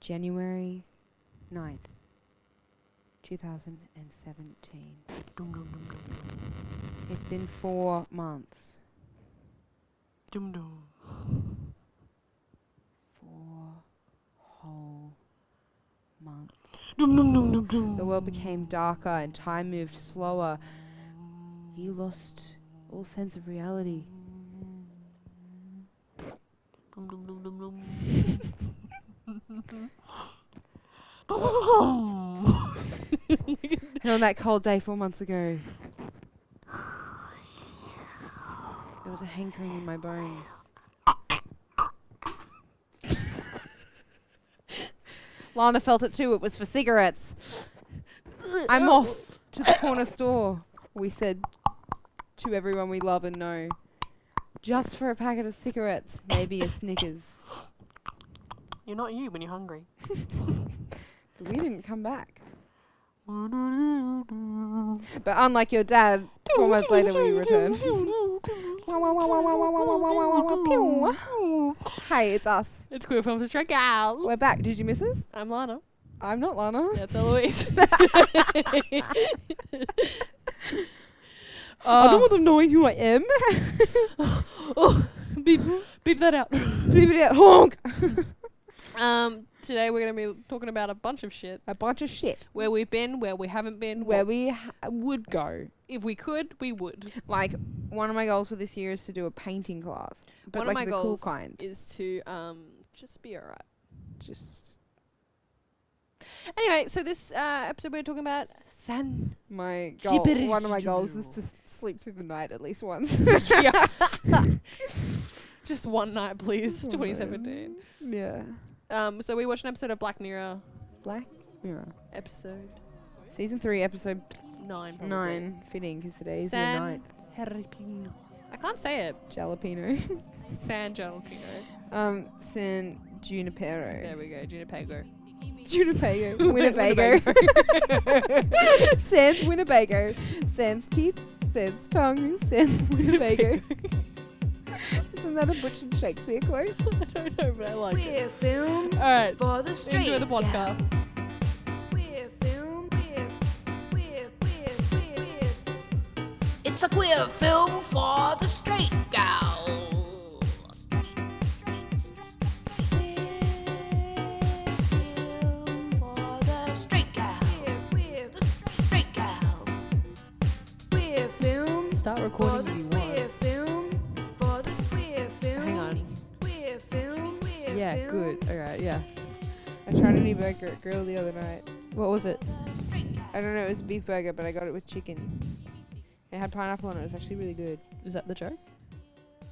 January 9th, 2017. Dum dum dum dum. It's been four months. Dum dum. Four whole months. Dum dum dum dum dum. The world became darker and time moved slower. You lost all sense of reality. Dum dum dum dum dum. Dum dum dum. And on that cold day four months ago, there was a hankering in my bones. Lana felt it too. It was for cigarettes. I'm off to the corner store, we said to everyone we love and know. Just for a packet of cigarettes, maybe a Snickers. You're not you when you're hungry. But we didn't come back. But unlike your dad, four months later we returned. Pew. Hey, it's us. It's queer films to check out. We're back. Did you miss us? I'm Lana. I'm not Lana. That's Eloise. Uh, I don't oh, want them knowing who I am. oh, beep, beep that out. Honk. Um, today we're gonna be talking about a bunch of shit. A bunch of shit. Where we've been, where we haven't been, Where where we ha- would go. if we could, we would. Like one of my goals for this year is to do a painting class, but like One of my the goals cool kind. is to um just be alright. Just Anyway, so this uh, episode we're talking about San. my goal. One of my goals is to sleep through the night at least once. Yeah. just one night, please. 2017. yeah. Um, so we watched an episode of Black Mirror, Black Mirror. episode Season three, episode nine. probably. nine. Fitting because today is San- the ninth. Jalapeno. I can't say it. Jalapeno. San Jalapeno. um, San Junipero. There we go. Junipago. Junipago. Winnebago. sans Winnebago. Sans teeth. Sans tongue. Sans Winnebago. Isn't that a butchered Shakespeare quote? I don't know, but I like it. We're film All right. for the street. Enjoy the podcast. We're film. We're, we're, we're, we're, we're. It's the queer film for the straight gal. Start For recording if you the queer want. film, for the queer film, Hang on. queer film, queer Yeah, film. good. All right, yeah. I tried a new burger at Grill the other night. What was it? I don't know, it was a beef burger, but I got it with chicken. It had pineapple on it. It was actually really good. Is that the joke?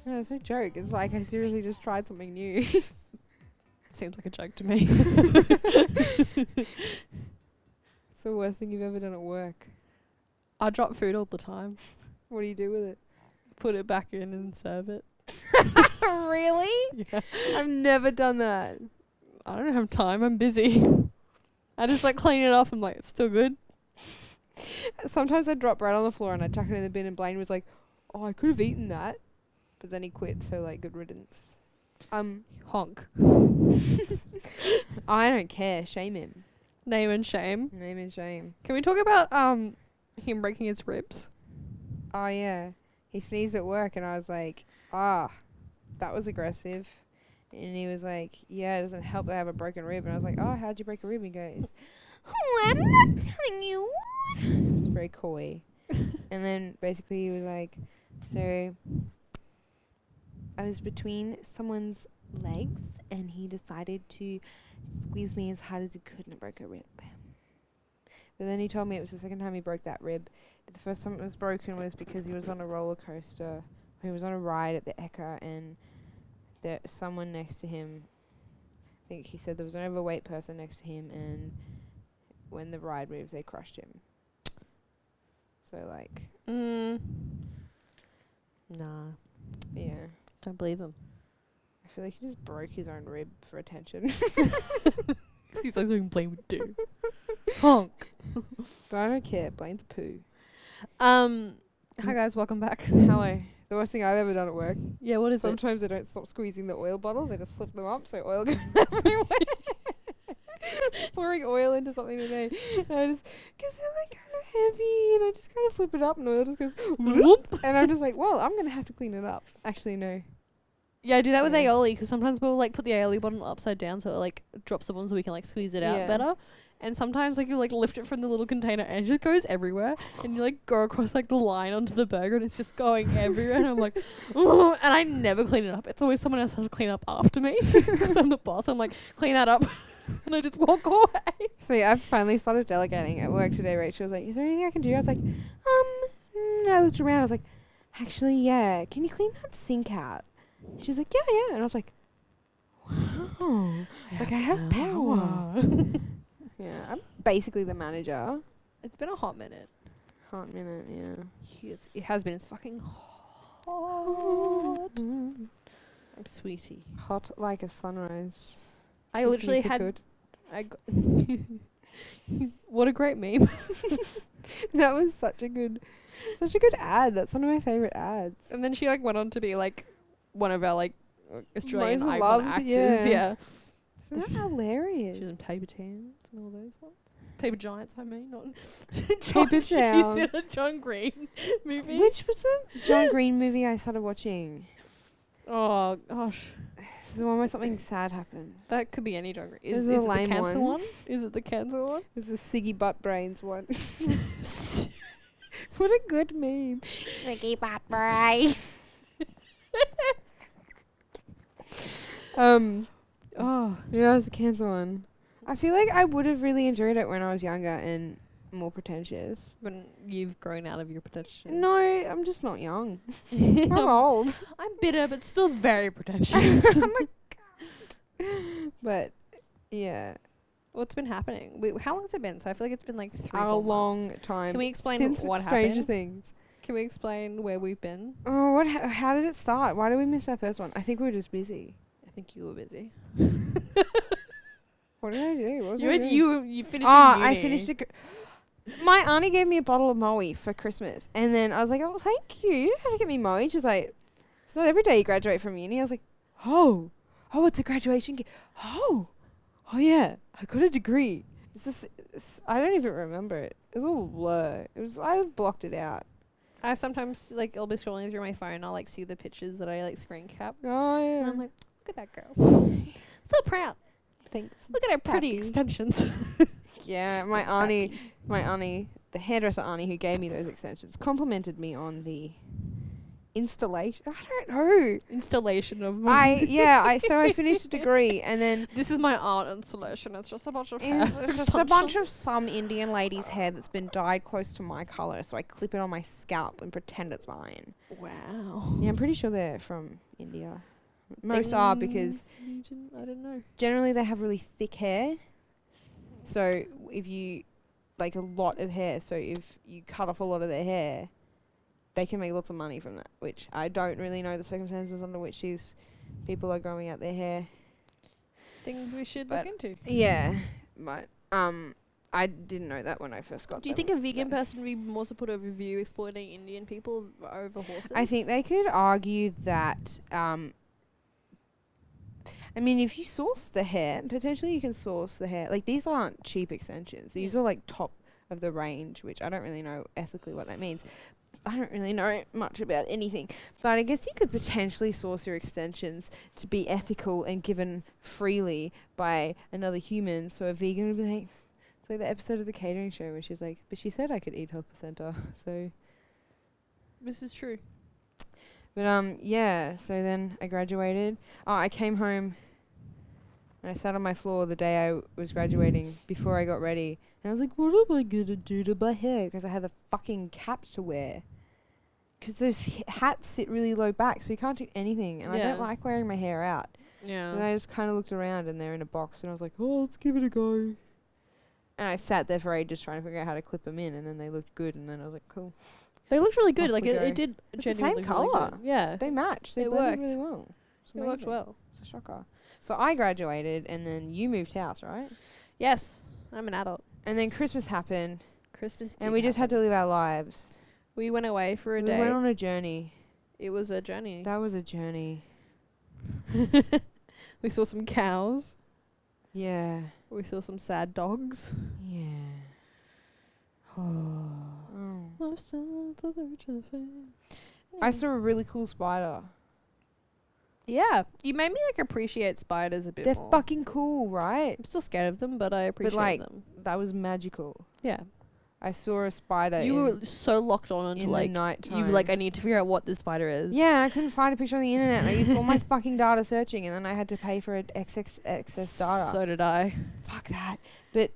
No, it's no joke. It's like I seriously just tried something new. Seems like a joke to me. it's the worst thing you've ever done at work. I drop food all the time. What do you do with it? Put it back in and serve it. really? Yeah. I've never done that. I don't have time. I'm busy. I just like clean it off. I'm like, it's still good. Sometimes I drop bread on the floor and I chuck it in the bin, and Blaine was like, "Oh, I could have eaten that," but then he quit. So like, good riddance. Um, Honk. I don't care. Shame him. Name and shame. Name and shame. Can we talk about um him breaking his ribs? Oh yeah, he sneezed at work, and I was like, "Ah, that was aggressive." And he was like, "Yeah, it doesn't help that I have a broken rib." And I was like, "Oh, how'd you break a rib?" And he goes, "Oh, I'm not telling you." It's very coy. and then basically he was like, "So I was between someone's legs, and he decided to squeeze me as hard as he could, and it broke a rib." But then he told me it was the second time he broke that rib. The first time it was broken was because he was on a roller coaster. He was on a ride at the Eka, and there someone next to him. I think he said there was an overweight person next to him, and when the ride moved, they crushed him. So like, Mm. Nah, yeah, don't believe him. I feel like he just broke his own rib for attention. He's like something Blaine would do. Honk. but I don't care. Blaine's poo. Um. Hi guys, welcome back. Hello. The worst thing I've ever done at work. Yeah, what is it? Sometimes I don't stop squeezing the oil bottles. I just flip them up so oil goes everywhere. pouring oil into something today. And I just, because they're like kind of heavy, and I just kind of flip it up, and oil just goes, whoop, and I'm just like, well, I'm going to have to clean it up. Actually, no. Yeah, I do that with Yeah. aioli because sometimes we'll like put the aioli bottle upside down so it like drops the bottom so we can like squeeze it out Yeah. better. And sometimes like you like lift it from the little container and it just goes everywhere. And you like go across like the line onto the burger and it's just going everywhere. and I'm like, "Ugh," and I never clean it up. It's always someone else has to clean up after me because I'm the boss. I'm like, clean that up, and I just walk away. So yeah, I finally started delegating at work today. Rachel was like, "Is there anything I can do?" I was like, "Um." mm," I looked around. I was like, "Actually, yeah. Can you clean that sink out?" She's like, "Yeah, yeah." And I was like, "Wow." It's like I have power. Yeah, I'm basically the manager. it's been a hot minute. Hot minute, yeah. Yes, it has been. It's fucking hot. I'm sweetie. Hot like a sunrise. I Isn't literally it had good? I got what a great meme. that was such a good, such a good ad. That's one of my favorite ads. And then she like went on to be like one of our like Australian Most icon loved, actors. yeah. Yeah. Isn't that hilarious? She was in Paper Towns and all those ones. Paper Giants, I mean, not Paper She's in Town. a John Green movie. Which was the John Green movie I started watching? Oh gosh, This is the one where something sad happened. that could be any John Green. This Is, is a is it the lame cancer one. one? Is it the cancer one? This is Siggy Butt Brains one. what a good meme. Ricky Bot Bray. Um, oh, yeah, it was the cancer one. I feel like I would have really enjoyed it when I was younger and more pretentious. when you've grown out of your pretentious. No, I'm just not young. I'm I'm, old. I'm bitter, but still very pretentious. I'm like, God. But yeah, What's been happening? Wait, how long has it been? So I feel like it's been like three. how four months. long time? Can we explain since what Stranger happened? Things. Can we explain where we've been? Oh, what? Ha- how did it start? Why did we miss our first one? I think we were just busy. I think you were busy. What did I do? What was You I had, doing? you were- you finished. Ah, in I uni. finished it. My auntie gave me a bottle of Moe for Christmas, and then I was like, "Oh, thank you. You don't have to get me Moe." She's like, "It's not every day you graduate from uni." I was like, "Oh, oh, it's a graduation gift. Oh, oh yeah, I got a degree. It's this. It's, I don't even remember it. It was all a blur. It was. I blocked it out. I sometimes like I'll be scrolling through my phone. I'll like see the pictures that I like screen cap, Oh and yeah. I'm like, look at that girl. so proud. Thanks. Look at her pretty Happy. extensions. Yeah, my It's auntie, my auntie, the hairdresser auntie who gave me those extensions, complimented me on the installation. I don't know. Installation of my. I yeah, I so I finished a degree and then This is my art installation. It's just a bunch of hair. it's just a bunch of some Indian lady's hair that's been dyed close to my color, so I clip it on my scalp and pretend it's mine. Wow. Yeah, I'm pretty sure they're from India. Most are because Things you didn't- I don't know. generally they have really thick hair. So if you like a lot of hair, so if you cut off a lot of their hair, they can make lots of money from that, which I don't really know the circumstances under which these people are growing out their hair. Things we should But- look into. Yeah, but um, I didn't know that when I first got. Do you them. think a vegan person would be more supportive of you exploiting Indian people over horses? I think they could argue that. Um, I mean, if you source the hair, potentially you can source the hair. Like these aren't cheap extensions. These Yeah. are like top of the range, which I don't really know ethically what that means. I don't really know much about anything, but I guess you could potentially source your extensions to be ethical and given freely by another human. So a vegan would be like, it's like the episode of the catering show where she's like, but she said I could eat her placenta, so. this is true. But um, yeah. So then I graduated. Oh, I came home and I sat on my floor the day I w- was graduating before I got ready, and I was like, "What am I gonna do to my hair?" Because I had a fucking cap to wear. Because those h- hats sit really low back, so you can't do anything, and I Yeah. don't like wearing my hair out. And Yeah. I just kind of looked around, and they're in a box, and I was like, "Oh, let's give it a go." And I sat there for ages trying to figure out how to clip them in, and then they looked good, and then I was like, "Cool, They looked really Off good. Like we it, go. it did the same genuinely look really colour. good. Yeah. they match. They It blended worked. really well." It's It worked amazing. well. It's a shocker. So I graduated, and then you moved house, right? Yes. I'm an adult. And then Christmas happened, Christmas. and we just had to live our lives. We went away for a we day. went on a journey. it was a journey. That was a journey. we saw some cows. Yeah. We saw some sad dogs. Yeah. Mm. I saw a really cool spider. Yeah, you made me like appreciate spiders a bit They're more. fucking cool, right? I'm still scared of them, but I appreciate like, them. That was magical. Yeah, I saw a spider. you in, were so locked on in into the like night you were like I need to figure out what this spider is. Yeah, and I couldn't find a picture on the internet. and I used all my fucking data searching, and then I had to pay for it excess excess data. So did I. Fuck that. But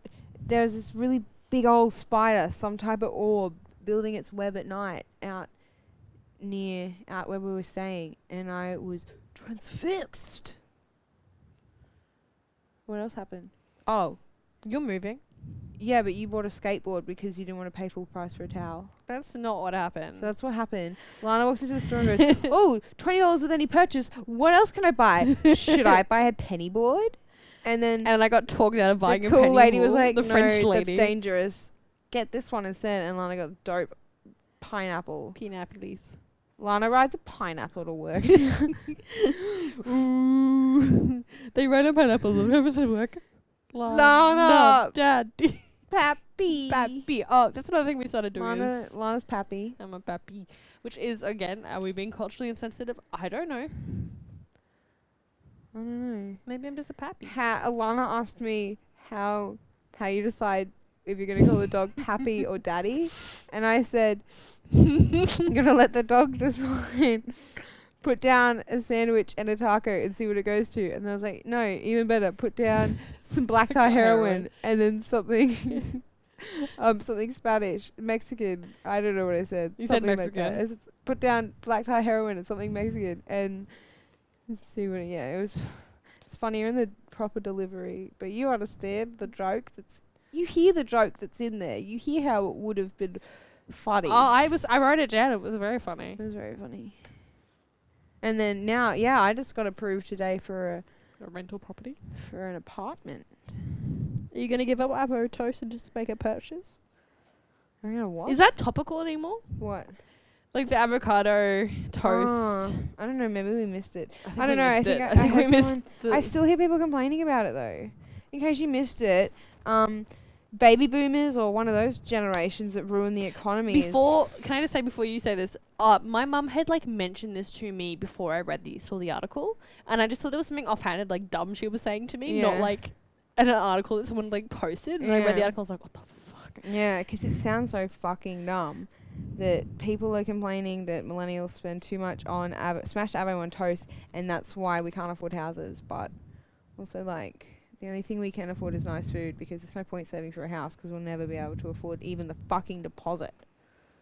there was this really big old spider, some type of orb, building its web at night out near out where we were staying, and I was transfixed. What else happened? Oh, You're moving. yeah, but you bought a skateboard because you didn't want to pay full price for a towel. That's not what happened. So that's what happened. Lana walks into the store and goes, Oh, $20 with any purchase. What else can I buy? Should I buy a penny board? And then and I got talked out of the buying a cool penny lady was wool, like, the no, French lady. that's dangerous. Get this one instead. And Lana got dope pineapple. Pineapples. Lana rides a pineapple to work. Ooh. they ran a pineapple all over the work. Lana. Daddy. pappy. Pappy. Oh, that's another thing we started doing Lana, is Lana's pappy. I'm a pappy. Which is, again, are we being culturally insensitive? I don't know. I don't know. Maybe I'm just a pappy. How, Lana asked me how how you decide if you're gonna call the dog pappy or daddy, and I said I'm gonna let the dog decide. Put down a sandwich and a taco and see what it goes to. And then I was like, no, even better. Put down some black tie heroin Heroin. and then something, um, something Spanish, Mexican. I don't know what I said. You said something like that. Mexican. I said, put down black tie heroin and something Mexican and see what. It, yeah, it was. It's funnier in the proper delivery, but you understand the joke that's. You hear the joke that's in there. You hear how it would have been funny. Oh, I was. I wrote it down. It was very funny. It was very funny. And then now, yeah, I just got approved today for A rental property. a for an apartment. Are you gonna give up Abo Toast and just make a purchase? I'm gonna what? Is that topical anymore? what Like the avocado toast. Oh, I don't know. Maybe we missed it. think I don't we know. I missed think it. I- I, I think we heard missed. someone- The I still hear people complaining about it though. In case you missed it, um, baby boomers or one of those generations that ruined the economy. is- before can I just say before you say this, uh, my mum had like mentioned this to me before I read the saw the article, and I just thought it was something offhanded, like dumb she was saying to me, Yeah. not like in an article that someone like posted. And I read the Yeah. article, I was like, what the fuck? Yeah, 'cause it sounds so fucking dumb that people are complaining that millennials spend too much on av- smash avo on toast, and that's why we can't afford houses. But also, like, the only thing we can afford is nice food because there's no point saving for a house 'cause we'll never be able to afford even the fucking deposit.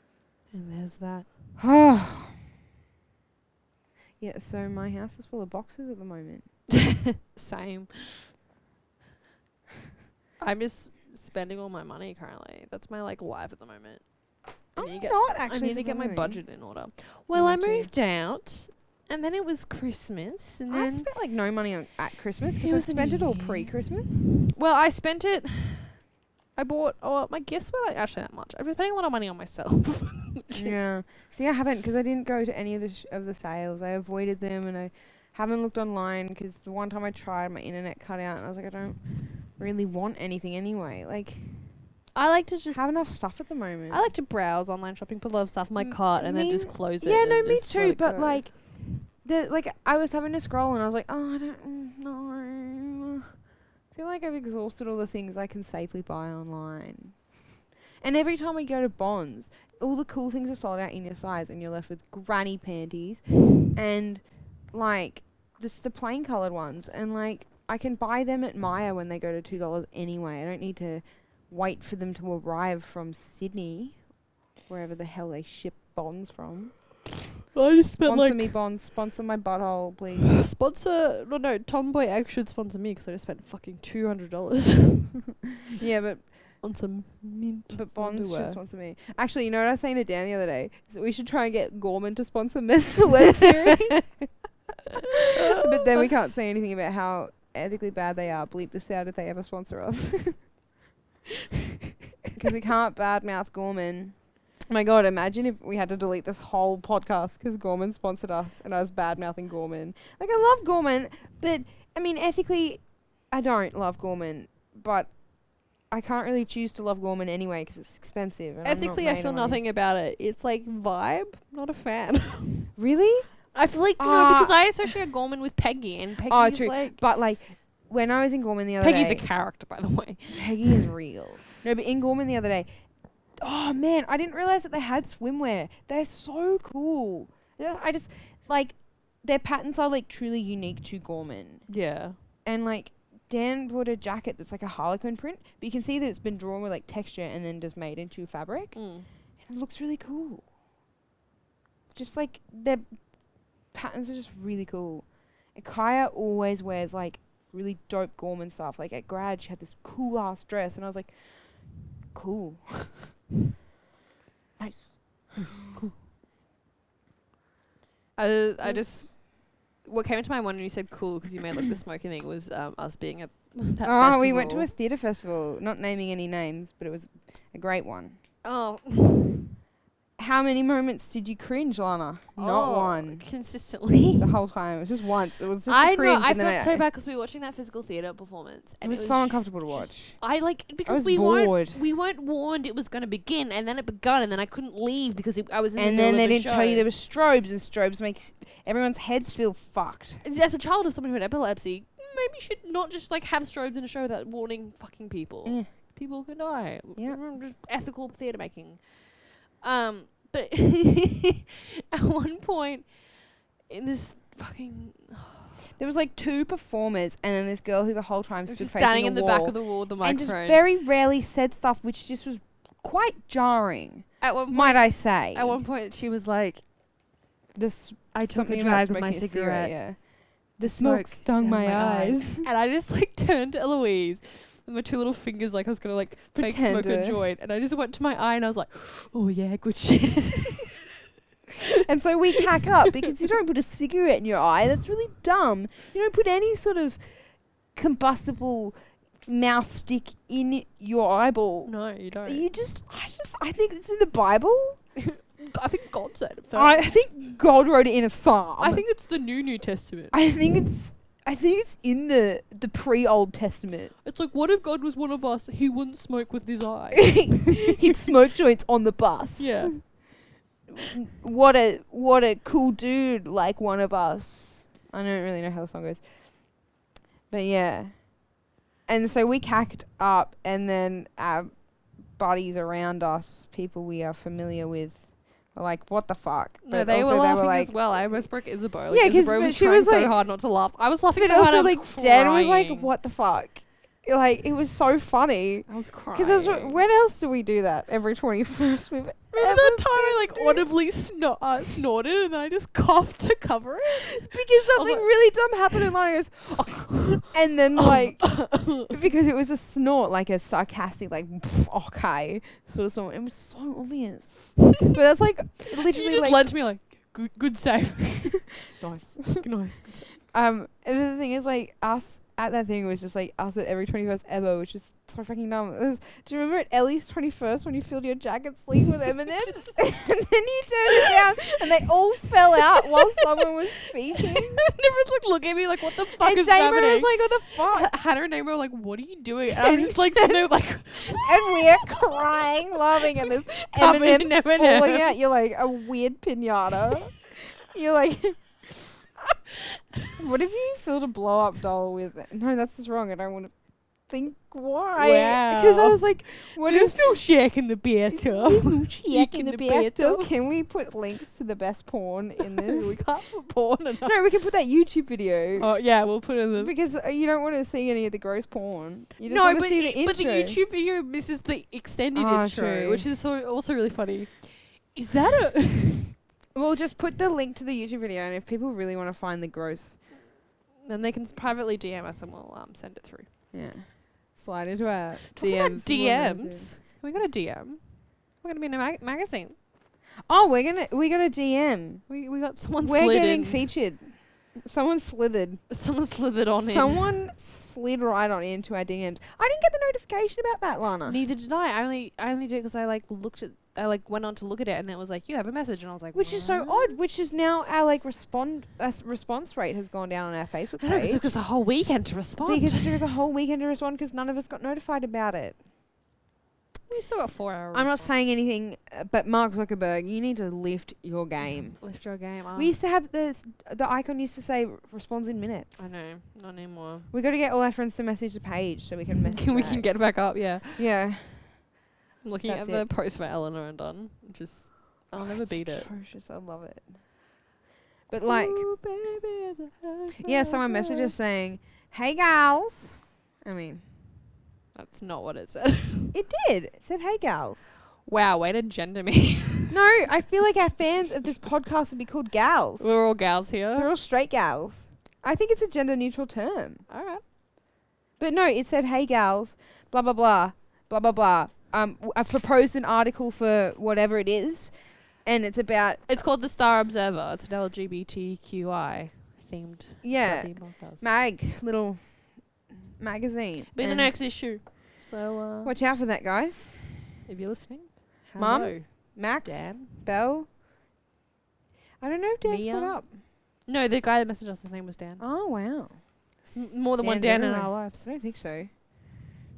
And there's that. yeah, so my house is full of boxes at the moment. Same. I'm just spending all my money currently. That's my like life at the moment. I need to get, not I need to get my surprisingly. budget in order. Well, I too. moved out, and then it was Christmas, and I then spent like no money on at Christmas 'cause It I was e- a spent it all new- pre-Christmas. Well, I spent it. I bought. Oh, my gifts were not actually that much. I've been spending a lot of money on myself. which is- Yeah. See, I haven't because I didn't go to any of the sh- of the sales. I avoided them, and I haven't looked online because the one time I tried, my internet cut out, and I was like, I don't really want anything anyway. Like, I like to just. have enough stuff at the moment. I like to browse online shopping, put a lot of stuff in my M- cart, and me- then just close it. yeah, and no, me just let too. it But go. like, the like I was having to scroll, and I was like, oh, I don't know. I feel like I've exhausted all the things I can safely buy online. And every time we go to Bonds, all the cool things are sold out in your size, and you're left with granny panties, and like just the plain colored ones. And like I can buy them at Maya when they go to two dollars anyway. I don't need to wait for them to arrive from Sydney, wherever the hell they ship Bonds from. I just spent Sponsor like me, Bonds. Sponsor my butthole, please. sponsor. No, no, Tomboy Egg should sponsor me because I just spent fucking two hundred dollars Yeah, but on some mint. but Bonds underwear. should sponsor me. Actually, you know what I was saying to Dan the other day? Is that we should try and get Gorman to sponsor Miss the Web series. but then we can't say anything about how ethically bad they are. Bleep this out if they ever sponsor us. Because we can't badmouth Gorman. Oh my god, imagine if we had to delete this whole podcast because Gorman sponsored us and I was badmouthing Gorman. Like, I love Gorman, but I mean, ethically, I don't love Gorman, but I can't really choose to love Gorman anyway because it's expensive. And I'm not Ethically, I made feel of money. nothing about it. It's like vibe, not a fan. Really? I feel like no, Ah. because I associate Gorman with Peggy, and Peggy's Oh, true. like But like when I was in Gorman the other Peggy's day, a character, by the way. Peggy is real. No, but in Gorman the other day, oh man, I didn't realize that they had swimwear. They're so cool. Yeah, I just like their patterns are like truly unique to Gorman. Yeah, And like Dan bought a jacket that's like a harlequin print, but you can see that it's been drawn with like texture and then just made into fabric. Mm. And it looks really cool. Just like their patterns are just really cool. And Kaya always wears like really dope Gorman stuff. Like at grad, she had this cool ass dress, and I was like, cool. I I just what came into my mind when you said cool because you made like the smoking thing was um, us being at that oh, we went to a theatre festival. Not naming any names, but it was a great one. oh How many moments did you cringe, Lana? Not oh, one. consistently. The whole time. It was just once. It was just I a know. cringe. I and then felt so bad because we were watching that physical theater performance, It and was, so uncomfortable to watch. just- I like because was we bored. weren't we weren't warned it was going to begin, and then it begun, and then I couldn't leave because it, I was in and the then middle they of a didn't tell you show. there were strobes, and strobes make everyone's heads feel fucked. as a child of someone who had epilepsy, maybe you should not just like have strobes in a show without warning fucking people. Yeah. People can die. Yeah. Mm, Just ethical theatre making. Um, but at one point in this fucking There was like two performers, and then this girl who the whole time stood just facing standing in the back wall of the wall with the and just microphone. very rarely said stuff, which just was quite jarring, at one might I say. at one point she was like this I took something a about drag with my smoking a cigarette. yeah. The smoke stung my eyes. and I just like turned to Eloise with my two little fingers, like I was gonna like fake smoke Pretender. a joint, and I just went to my eye and I was like, "Oh yeah, good shit." And so we cack up because you don't put a cigarette in your eye. That's really dumb. You don't put any sort of combustible mouth stick in your eyeball. No, you don't. You just, I just, I think it's in the Bible. I think God said it. I, first. I think God wrote it in a psalm. I think it's the new New Testament. I think it's I think it's in the the pre Old Testament. It's like, what if God was one of us? He wouldn't smoke with his eye. He'd smoke joints on the bus. yeah. What a what a cool dude like one of us. I don't really know how the song goes. But yeah. And so we cacked up and then our buddies around us, people we are familiar with, were like, What the fuck? No, But they were also laughing as well. I almost broke Isabeau. Like, Yeah, 'cause- Isabeau but was she trying was so like- hard not to laugh. I was laughing But so hard. I also was like crying. Dan was like, What the fuck? Like it was so funny. I was crying. Because when else do we do that? Every 21st we've ever Remember that time I been like doing- audibly snor- uh, snorted and I just coughed to cover it? Because something like- really dumb happened and Lana goes, and then like, because it was a snort, like a sarcastic, like, okay, sort of snort. It was so obvious. But that's like you literally just like, lunged me like, good, good save. nice. nice. Um, and then the thing is like, us at that thing was just like us at every 21st ever, which is so fucking dumb. It was- do you remember at Ellie's 21st when you filled your jacket sleeve with M&M's? and then you turned it down and they all fell out while someone was speaking. Everyone's like looking at me like, what the fuck and is Damon happening? was like, what the fuck? H- Hannah and Naima were like, what are you doing? And I'm just like sitting there like, and we're crying, laughing at this Covered M&M's in M&Ms. falling out. You're like a weird pinata. You're like, what if you filled a blow-up doll with... No, that's just wrong. I don't want to think why. Because I Wow. was like, what there's is... no shack in the bathtub. Yak in in the the bathtub. bathtub. Can we put links to the best porn in we this? can't put porn in our- no, we can put that YouTube video. Oh yeah, we'll put it in the. Because uh, you don't want to see any of the gross porn. You just No, want to but, see the it- intro. but the YouTube video misses the extended Ah, intro, true. which is sort of also really funny. Is that a? Well, just put the link to the YouTube video, and if people really want to find the gross, then they can s- privately DM us and we'll um, send it through. yeah, slide into our Talking DMs. about DMs, we got a DM. We're gonna be in a mag- magazine. Oh, we're gonna we got a DM. We we got someone we're slid getting in. featured. Someone slithered. someone slithered on Someone slid right on into our DMs. I didn't get the notification about that, Lana. in. Neither did I. I only I only did because I like looked at I like went on to look at it and it was like, you have a message, and I was like, Which is so "What?" odd. Which is now our like respond uh, s- response rate has gone down on our Facebook I know 'cause it page took us a whole weekend to respond. because it took us a whole weekend to respond because none of us got notified about it. we still got four hours. I'm not saying anything, uh, but Mark Zuckerberg, you need to lift your game. lift your game up. We used to have the the icon used to say responds in minutes. I know, not anymore. We got to get all our friends to message the page so we can message. we back. can get back up. Yeah, yeah. I'm looking That's at the it. Oh, post for Eleanor and Don. Just I'll never beat it. Atrocious. I love it. But like, Ooh, baby, the house yeah, on someone messaged fire. us saying, "Hey gals." I mean, That's not what it said. it did. It said, "Hey gals." wow, way to gender me. No, I feel like our fans of this podcast would be called gals. We're all gals They're here. all straight gals. I think it's a gender neutral term. All right. But no, it said, "Hey gals, blah blah blah, blah blah blah." Um, w- I've proposed an article for whatever it is, and it's about It's called the Star Observer. It's an LGBTQI themed. yeah, study podcast. mag little magazine. Be the And next issue. So uh, Watch out for that, guys. if you're listening, Mum? hello, Max, Dan. Bell. I don't know if Dan's Mia? caught up. No, the guy that messaged us, his name was Dan. Oh wow, It's m- more than one Dan's Dan in everywhere. our lives. I don't think so.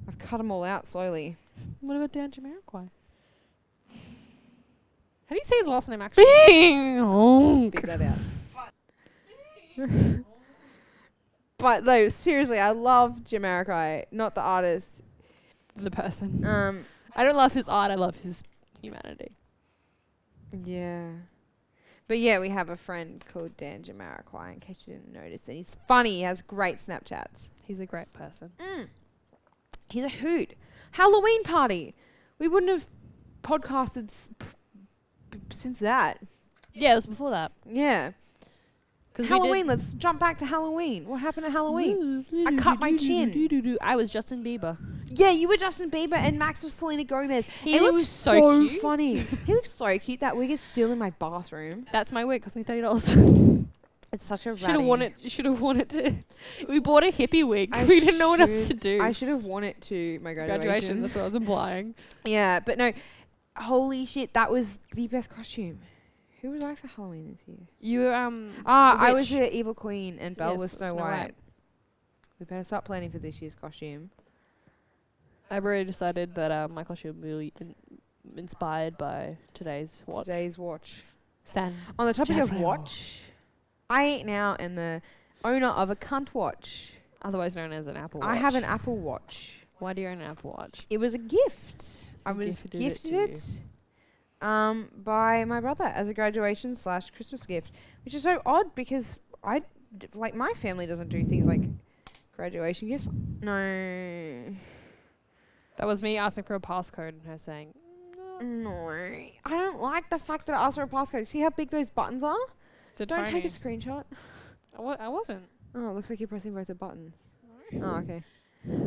I've cut them all out slowly. What about Dan Jamiroquai? How do you say his last name actually? Bing! Big that out. but no, seriously, I love Jamiroquai, not the artist. The person. Um, I don't love his art, I love his humanity. Yeah. But yeah, we have a friend called Dan Jamiroquai, in case you didn't notice. And he's funny. He has great Snapchats. He's a great person. He's a hoot. Halloween party. We wouldn't have podcasted s- p- p- since that. Yeah, it was before that. Yeah. 'Cause we did- Halloween. Let's jump back to Halloween. What happened at Halloween? I cut my chin. I was Justin Bieber. Yeah, you were Justin Bieber and Max was Selena Gomez. He and it looks was so cute. funny. he looks so cute. That wig is still in my bathroom. That's my wig. Cost me thirty dollars. It's such a should have worn it. Should have worn it. To we bought a hippie wig. I we didn't know what else to should- do. I should have worn it to my graduation. That's what I was implying. Yeah, but no, holy shit, that was the best costume. Who was I for Halloween this year? You um. Ah, the I was witch. the evil queen and Belle Yes, was Snow, Snow White. White. We better start planning for this year's costume. I've already decided that uh, my costume will be in- inspired by today's watch. Today's watch. Stan. On the topic of Jeffrey watch, I eat now am the owner of a cunt watch. Otherwise known as an Apple Watch. I have an Apple Watch. Why do you own an Apple Watch? It was a gift. I Who was gifted it gifted to it, um, by my brother as a graduation slash Christmas gift, which is so odd because I d- like my family doesn't do things like graduation gifts. No, That was me asking for a passcode and her saying, "No, no, I don't like the fact that I asked for a passcode. See how big those buttons are? it's a Don't take a tiny." screenshot. I wa- I wasn't. Oh, it looks like you're pressing both the buttons. Oh, okay.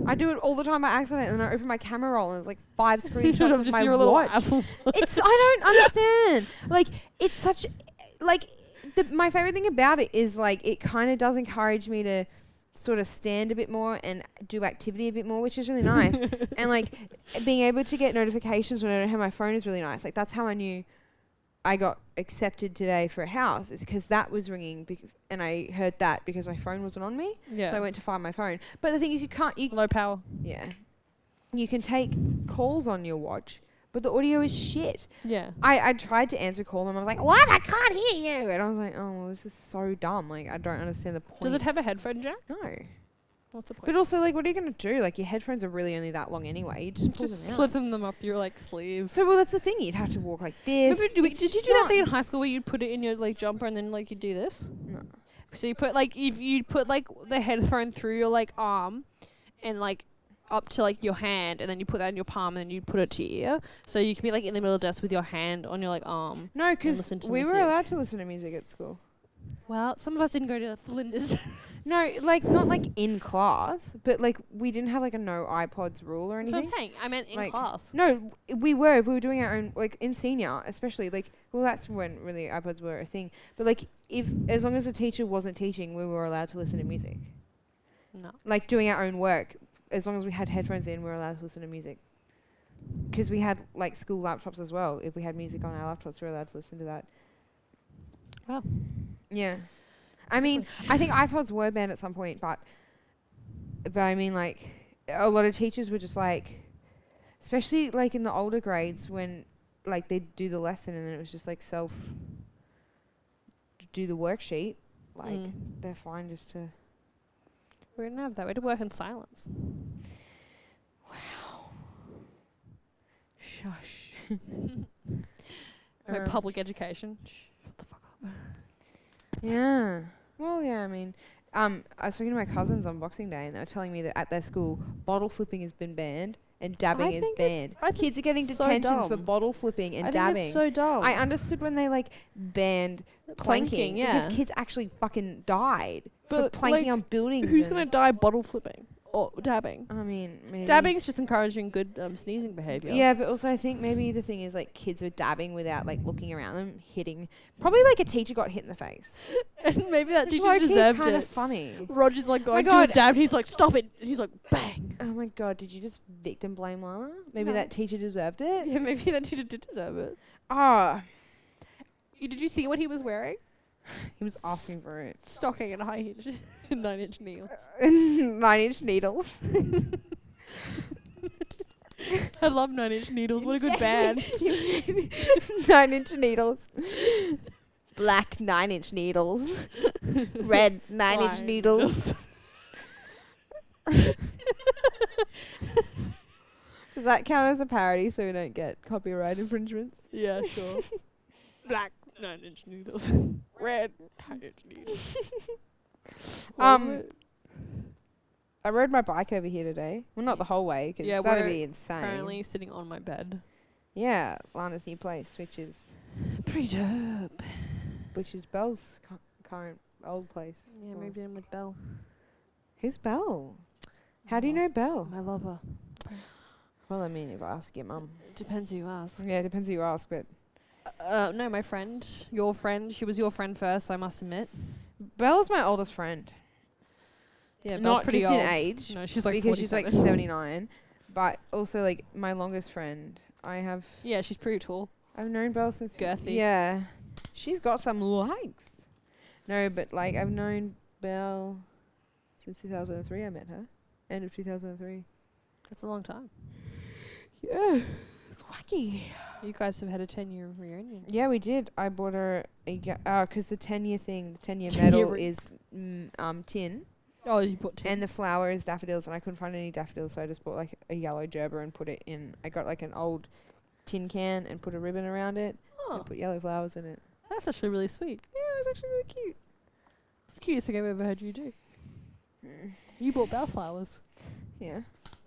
I do it all the time by accident, and I open my camera roll, and it's like five screenshots I'm of just my your little watch. Apple. it's I don't understand. Like it's such like the, my favorite thing about it is like it kind of does encourage me to sort of stand a bit more and do activity a bit more, which is really nice. and like being able to get notifications when I don't have my phone is really nice. Like that's how I knew I got accepted today for a house is because that was ringing bec- and I heard that because my phone wasn't on me. yeah. So I went to find my phone. But the thing is you can't you Low power. yeah. You can take calls on your watch, but the audio is shit. Yeah. I, I tried to answer call and I was like, "What? I can't hear you." And I was like, "Oh, well, this is so dumb. Like, I don't understand the point." Does it have a headphone jack? no? What's the point? But also, like, what are you gonna do? Like, your headphones are really only that long anyway. You just pull just them out. slip them up your like sleeve. So, well, that's the thing. You'd have to walk like this. Remember, do we- It's did you just do that not- thing in high school where you'd put it in your like jumper and then like you do this? No. So you put like if you put like the headphone through your like arm, and like up to like your hand, and then you put that in your palm, and then you put it to your ear, so you can be like in the middle of desk with your hand on your like arm. No, because listen to we were music. allowed to listen to music at school. Well, some of us didn't go to Flinders. No, like not like in class, but like we didn't have like a no iPods rule or That's what I'm anything. saying. I meant in Like- class. No, w- we were. We were doing our own, like in senior, especially. Like, well, that's when really iPods were a thing. But like, if as long as the teacher wasn't teaching, we were allowed to listen to music. No. Like doing our own work, as long as we had headphones in, we were allowed to listen to music. because we had like school laptops as well. If we had music on our laptops, we were allowed to listen to that. Wow. Yeah. I mean, I think iPods were banned at some point, but but I mean, like a lot of teachers were just like, especially like in the older grades when like they'd do the lesson and then it was just like self do the worksheet. Like Mm. they're fine just to. We didn't have that. We had to work in silence. Shush. We're Um, public education. Shh, Shut the fuck up. Yeah. Well, yeah. I mean, um, I was talking to my cousins on Boxing Day, and they were telling me that at their school, bottle flipping has been banned and dabbing is think it's- banned. I think Kids are getting it's so detentions for dumb. bottle flipping and I dabbing. think it's so dumb. I understood when they like banned planking, yeah. because kids actually fucking died But, for planking like, on buildings. Who's and- gonna die bottle flipping or dabbing? I mean, maybe. Dabbing's just encouraging good um, sneezing behavior. Yeah, but also I think maybe the thing is like kids were dabbing without like looking around them, hitting. Probably like a teacher got hit in the face. and maybe that Which teacher like deserved kind of it. funny. Roger's like going to God. his dad, and he's like, "Stop it!" And he's like, "Bang." Oh my god, did you just victim blame Lana? Maybe No. that teacher deserved it. Yeah, maybe that teacher did deserve it. Ah, You, did you see what he was wearing? he was asking for it. Stocking and high inch, nine inch nails. Nine inch needles. I love Nine Inch Needles. What a good band. nine inch needles. Black nine inch needles. Red nine inch Blind. needles. Does that count as a parody so we don't get copyright infringements? yeah, sure. Black Nine Inch Needles. Red Nine Inch Needles. Love Um, it. I rode my bike over here today. Well, not the whole way, 'cause Yeah, that would we're be insane. currently sitting on my bed. Yeah, Lana's new place, which is Pretty dope. which is Belle's cu- current old place. Yeah, Well, moved in with Belle. Who's Belle? How do you know Belle? My lover. Well, I mean, if I ask your mum. Depends who you ask. Yeah, it depends who you ask, but Uh, no, my friend. Your friend. She was your friend first, I must admit. Belle's my oldest friend. Yeah, Belle's Not pretty just old. in age, No, she's like because she's like 47. 79, but also like my longest friend. I have Yeah, she's pretty tall. I've known Belle since Girthy. Yeah, she's got some legs. No, but like I've known Belle since 2003. I met her end of 2003. That's a long time. Yeah, it's wacky. You guys have had a 10 year reunion. Yeah, we did. I bought her a because the ten year thing, the ten year 10 year medal ring. is mm, um tin, Oh, you bought 10. and the flower is daffodils, and I couldn't find any daffodils, so I just bought like a yellow gerber and put it in. I got like an old tin can and put a ribbon around it Oh, and put yellow flowers in it. that's actually really sweet. Yeah, it was actually really cute. It's the cutest thing I've ever heard you do. You bought bell flowers Mm, Yeah.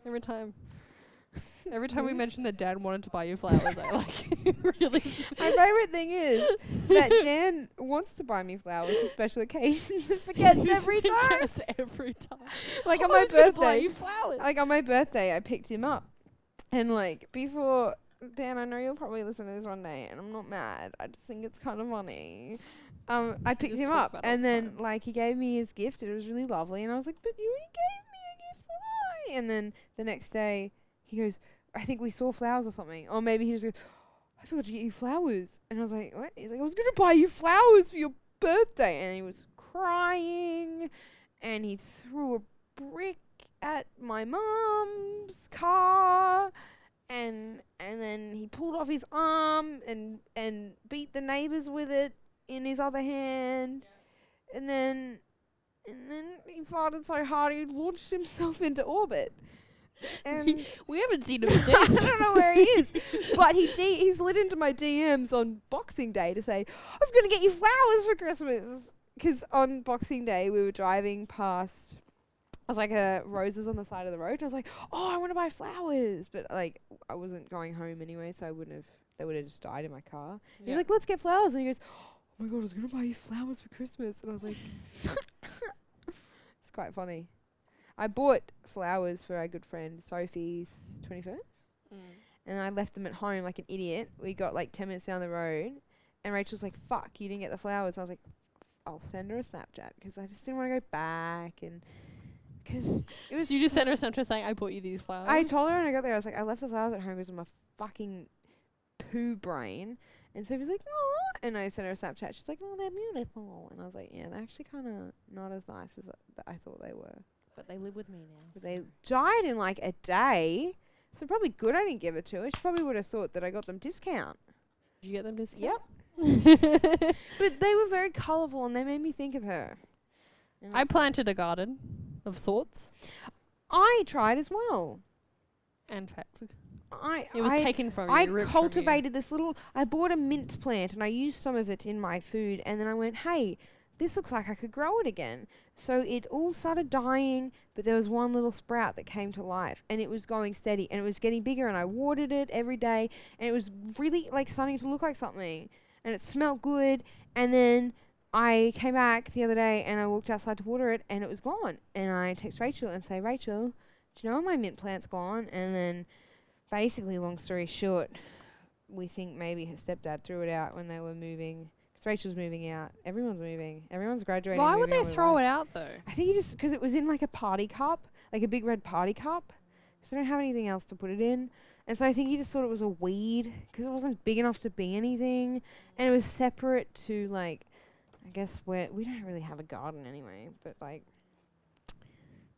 every time. Every time Mm-hmm. we mentioned that Dad wanted to buy you flowers, I like really. My favorite thing is that Dan wants to buy me flowers for special occasions and forgets every time. That's every time. Like on I my was gonna buy birthday, you flowers. like on my birthday, I picked him up, and like before, Dan, I know you'll probably listen to this one day, and I'm not mad. I just think it's kind of funny. Um, I picked just him talks up, about it all and the then time. like he gave me his gift. and It was really lovely, and I was like, "But you already gave me a gift, why?" And then the next day, he goes, "I think we saw flowers or something," or maybe he just goes, "I forgot to get you flowers," and I was like, "What?" He's like, "I was gonna buy you flowers for your birthday," and he was crying, and he threw a brick at my mom's car and and then he pulled off his arm and and beat the neighbors with it in his other hand and then and then he farted so hard he launched himself into orbit and we haven't seen him I since. don't know where he is, but he d- he slid into my DMs on Boxing Day to say I was going to get you flowers for Christmas because on Boxing Day we were driving past. I was like a roses on the side of the road. And I was like, oh, I want to buy flowers, but like I wasn't going home anyway, so I wouldn't have. They would have just died in my car. And Yeah. He's like, let's get flowers, and he goes, oh my god, I was going to buy you flowers for Christmas, and I was like, it's quite funny. I bought flowers for our good friend Sophie's twenty first Mm. and I left them at home like an idiot. We got like 10 minutes down the road, and Rachel's like, fuck, you didn't get the flowers. I was like, I'll send her a Snapchat because I just didn't want to go back and because it was. So you just sent her a Snapchat saying, I bought you these flowers. I told her when I got there, I was like, I left the flowers at home because of my fucking poo brain. And so she was like, oh. And I sent her a Snapchat. She's like, oh, they're beautiful. And I was like, yeah, they're actually kind of not as nice as I- I thought they were. But they live with me now. But they died in like a day. So probably good I didn't give it to her. She probably would have thought that I got them discount. Did you get them discount? Yep. But they were very colourful and they made me think of her. And I was- planted a garden of sorts I tried as well. and fact. I It was I, taken from you. I ripped from you. cultivated this little. I bought a mint plant and I used some of it in my food, and then I went, hey, this looks like I could grow it again. So it all started dying, but there was one little sprout that came to life, and it was going steady, and it was getting bigger, and I watered it every day, and it was really like starting to look like something, and it smelled good, and then. I came back the other day and I walked outside to water it and it was gone. And I text Rachel and say, Rachel, do you know my mint plant's gone? And then basically, long story short, we think maybe her stepdad threw it out when they were moving. 'Cause Rachel's moving out. Everyone's moving. Everyone's graduating. Why would they throw it out though? I think he just because it was in like a party cup, like a big red party cup. Because they don't have anything else to put it in, and so I think he just thought it was a weed because it wasn't big enough to be anything, and it was separate to like, I guess where we don't really have a garden anyway, but like,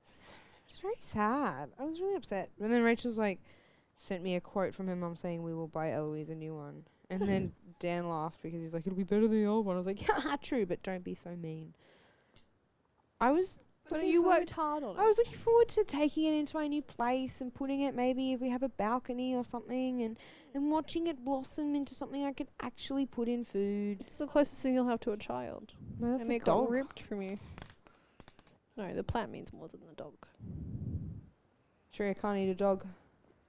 s- it was very sad. I was really upset. And then Rachel's like, sent me a quote from her mum saying we will buy Eloise a new one, and then Dan laughed because he's like, it'll be better than the old one. I was like, yeah, true, but don't be so mean. I was But looking you forward- worked hard on it. I was looking forward to taking it into my new place and putting it maybe if we have a balcony or something and, and watching it blossom into something I could actually put in food. It's the closest thing you'll have to a child. No, that's and a it got dog. ripped from you. No, the plant means more than the dog. True, I can't eat a dog.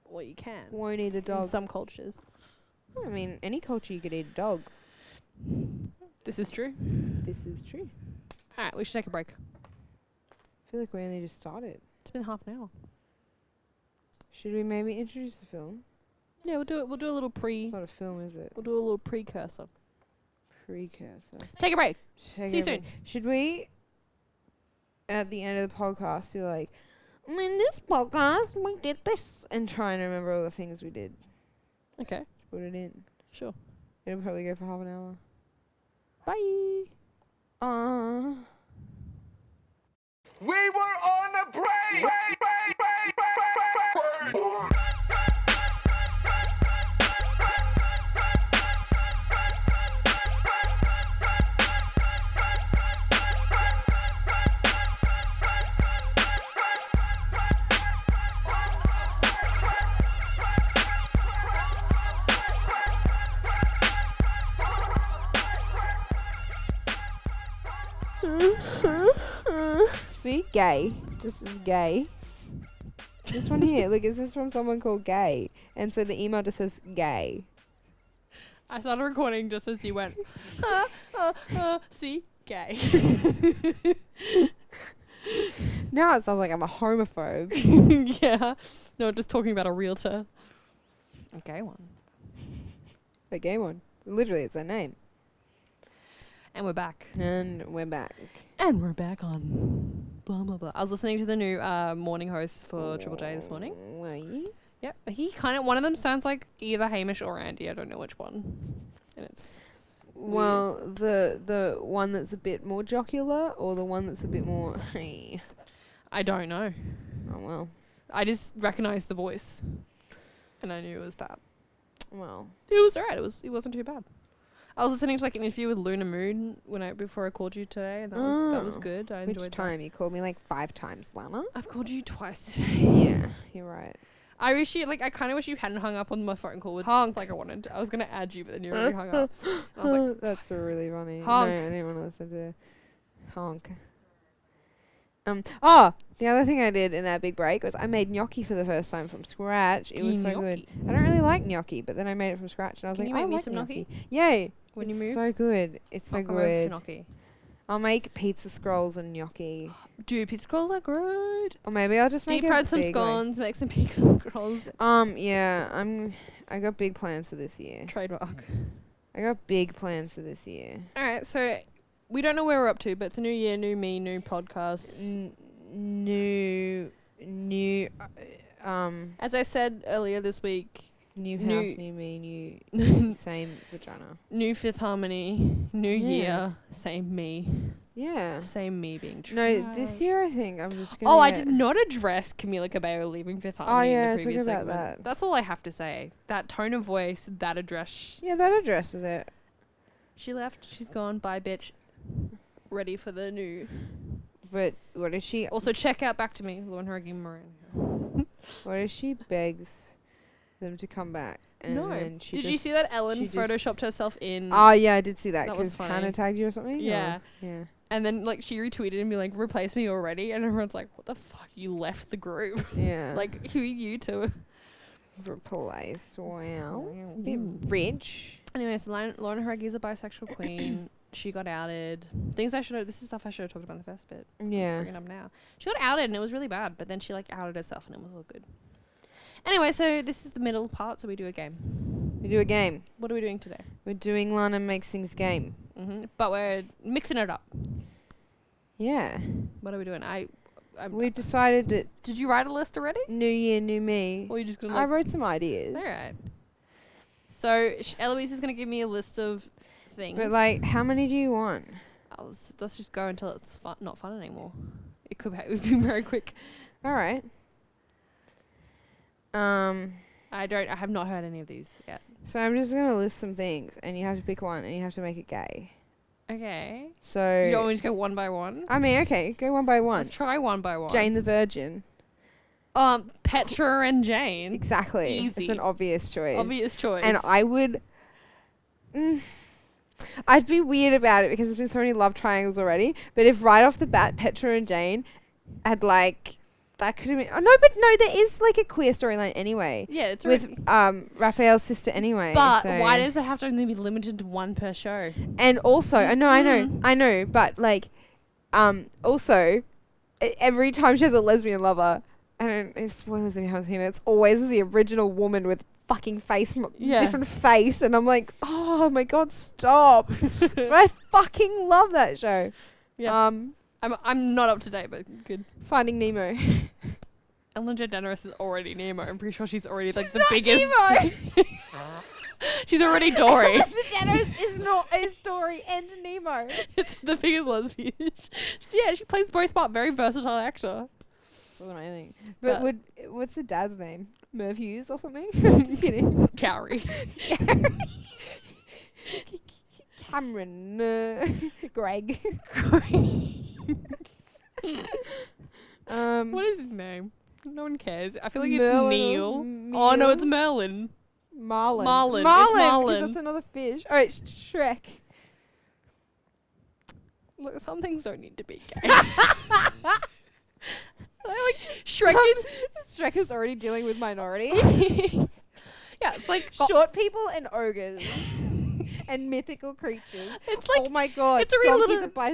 Well, you can. Won't eat a In dog. some cultures. I mean, any culture you could eat a dog. This is true. This is true. Alright, we should take a break. I feel like we only just started. It's been half an hour. Should we maybe introduce the film? Yeah, we'll do it. We'll do a little pre. It's not a film, is it? We'll do a little precursor. Precursor. Take a break. Take See you it away. soon. Should we, at the end of the podcast, be like, in this podcast, we did this, and try and remember all the things we did? Okay, Put it in. sure. It'll probably go for half an hour. Bye. Uh, We were on a break. Break, break, break, break, break, break. Uh. see, gay. This is gay. This one here, look, is this from someone called Gay? And so the email just says Gay. I started recording just as you went. uh, uh, uh, see, gay. Now it sounds like I'm a homophobe. yeah. No, just talking about a realtor. A gay one. a gay one. Literally, it's their name. And we're back. And we're back. And we're back on. Blah blah blah. I was listening to the new uh, morning host Oh. for Triple J this morning. Were you? Yep. He kind of one of them sounds like either Hamish or Andy. I don't know which one. And it's Well, the the one that's a bit more jocular, or the one that's a bit more hey. I don't know. Oh well, I just recognized the voice, and I knew it was that. well. It was alright. It was. It wasn't too bad. I was listening to like an interview with Luna Moon when I before I called you today, and that was that was Oh. good. I Which enjoyed. that. time you called me like five times, Lana? I've called you twice. yeah, you're right. I wish you like. I kind of wish you hadn't hung up on my phone call with honk like I wanted. I was gonna add you, but then you already hung up. And I was like, That's really funny. Honk. No, I didn't want to listen to honk. Um. Oh, the other thing I did in that big break was I made gnocchi for the first time from scratch. It was so good. I don't really like gnocchi, but then I made it from scratch, and I was Can like, you make I me like some gnocchi? Yay! When it's you move, so good. It's so I'll come over for good. gnocchi. I'll make pizza scrolls and gnocchi, Dude, pizza scrolls are good. or maybe I'll just make Oh, Deep a fried some big one. scones, make some pizza scrolls. Um. Yeah. I'm. I got big plans for this year. Trademark. I got big plans for this year. All right, so we don't know where we're up to, but it's a new year, new me, new podcast. N- new, new, uh, um, As I said earlier this week, new house, New- new me, new new same vagina. Fifth Harmony, new Yeah. year, same me, Yeah. same me being true. No, this year I think I'm just gonna. Oh, I get- Oh, did not address Camila Cabello leaving Fifth Harmony yeah, in talk the previous about segment. that. That's all I have to say. That tone of voice, that address. Yeah, that addresses it. She left. She's gone. Bye, bitch. Ready for the new. But what is she? Also, check out back to me, Lauren Harrigan Moran. What if she begs them to come back? And no. Then she did just you see that Ellen she just- photoshopped herself in? Oh yeah, I did see that That was because Hannah funny. tagged you or something. or- Yeah. yeah. and then like she retweeted and be like, "Replace me already," and everyone's like, "What the fuck? You left the group? Yeah. like, who are you to?" replace. Wow. Bit rich. Anyway, so Lauren, Lauren Harrigan is a bisexual queen. she got outed. Things I should have. This is stuff I should have talked about in the first bit. Yeah. Bring it up now. She got outed and it was really bad, but then she like outed herself and it was all good. Anyway, so this is the middle part, so we do a game. We do a game. What are we doing today? We're doing Lana makes things game. hmm But we're mixing it up. Yeah. What are we doing? I, i We've decided that did you write a list already? New Year, New Me. Or are you just gonna? I Like, wrote some ideas. all right. So sh- Eloise is gonna give me a list of things. But like, how many do you want? I'll s- let's just go until it's fun, not fun anymore. It could ha- be very quick. All right. Um. I don't. I have not heard any of these yet. So I'm just gonna list some things, and you have to pick one, and you have to make it gay. Okay. So You don't want me to go one by one? I mean, okay, go one by one. Let's try one by one. Jane the Virgin. Um, Petra and Jane. Exactly. It's Easy. an obvious choice. Obvious choice. And I would. Mm, I'd be weird about it because there's been so many love triangles already. But if right off the bat, Petra and Jane had like. That could have been. Oh, no, but no, there is like a queer storyline anyway. yeah, it's With with. um Raphael's sister anyway. But so- why does it have to only be limited to one per show? And also, I know, I know, Mm. I know, but like, um, also, e- every time she has a lesbian lover, I don't. If spoilers if you haven't seen it, it's always the original woman with fucking face, m- Yeah. different face, and I'm like, oh my god, stop! but I fucking love that show. Yeah. Um, I'm I'm not up to date, but good. Finding Nemo. Ellen DeGeneres is already Nemo. I'm pretty sure she's already like the Not biggest. Nemo. she's already Dory. DeGeneres is not a story and Nemo. it's the biggest lesbian. yeah, she plays both part. Very versatile actor. Doesn't But, But- would what's the dad's name? Merv Hughes or something? I'm just kidding. Cowrie. Cameron, uh, Greg. um, what is his name? No one cares. I feel like Merlin or it's Neil. Oh no, it's Merlin. Marlin. Marlin. It's Marlin. 'cause Marlin. That's another fish. Oh, it's Shrek. Look, some things don't need to be gay. like Shrek is. Shrek is already dealing with minorities, yeah, it's like go- short people, and ogres, and mythical creatures. it's oh like my god, it's already a donkeys little- are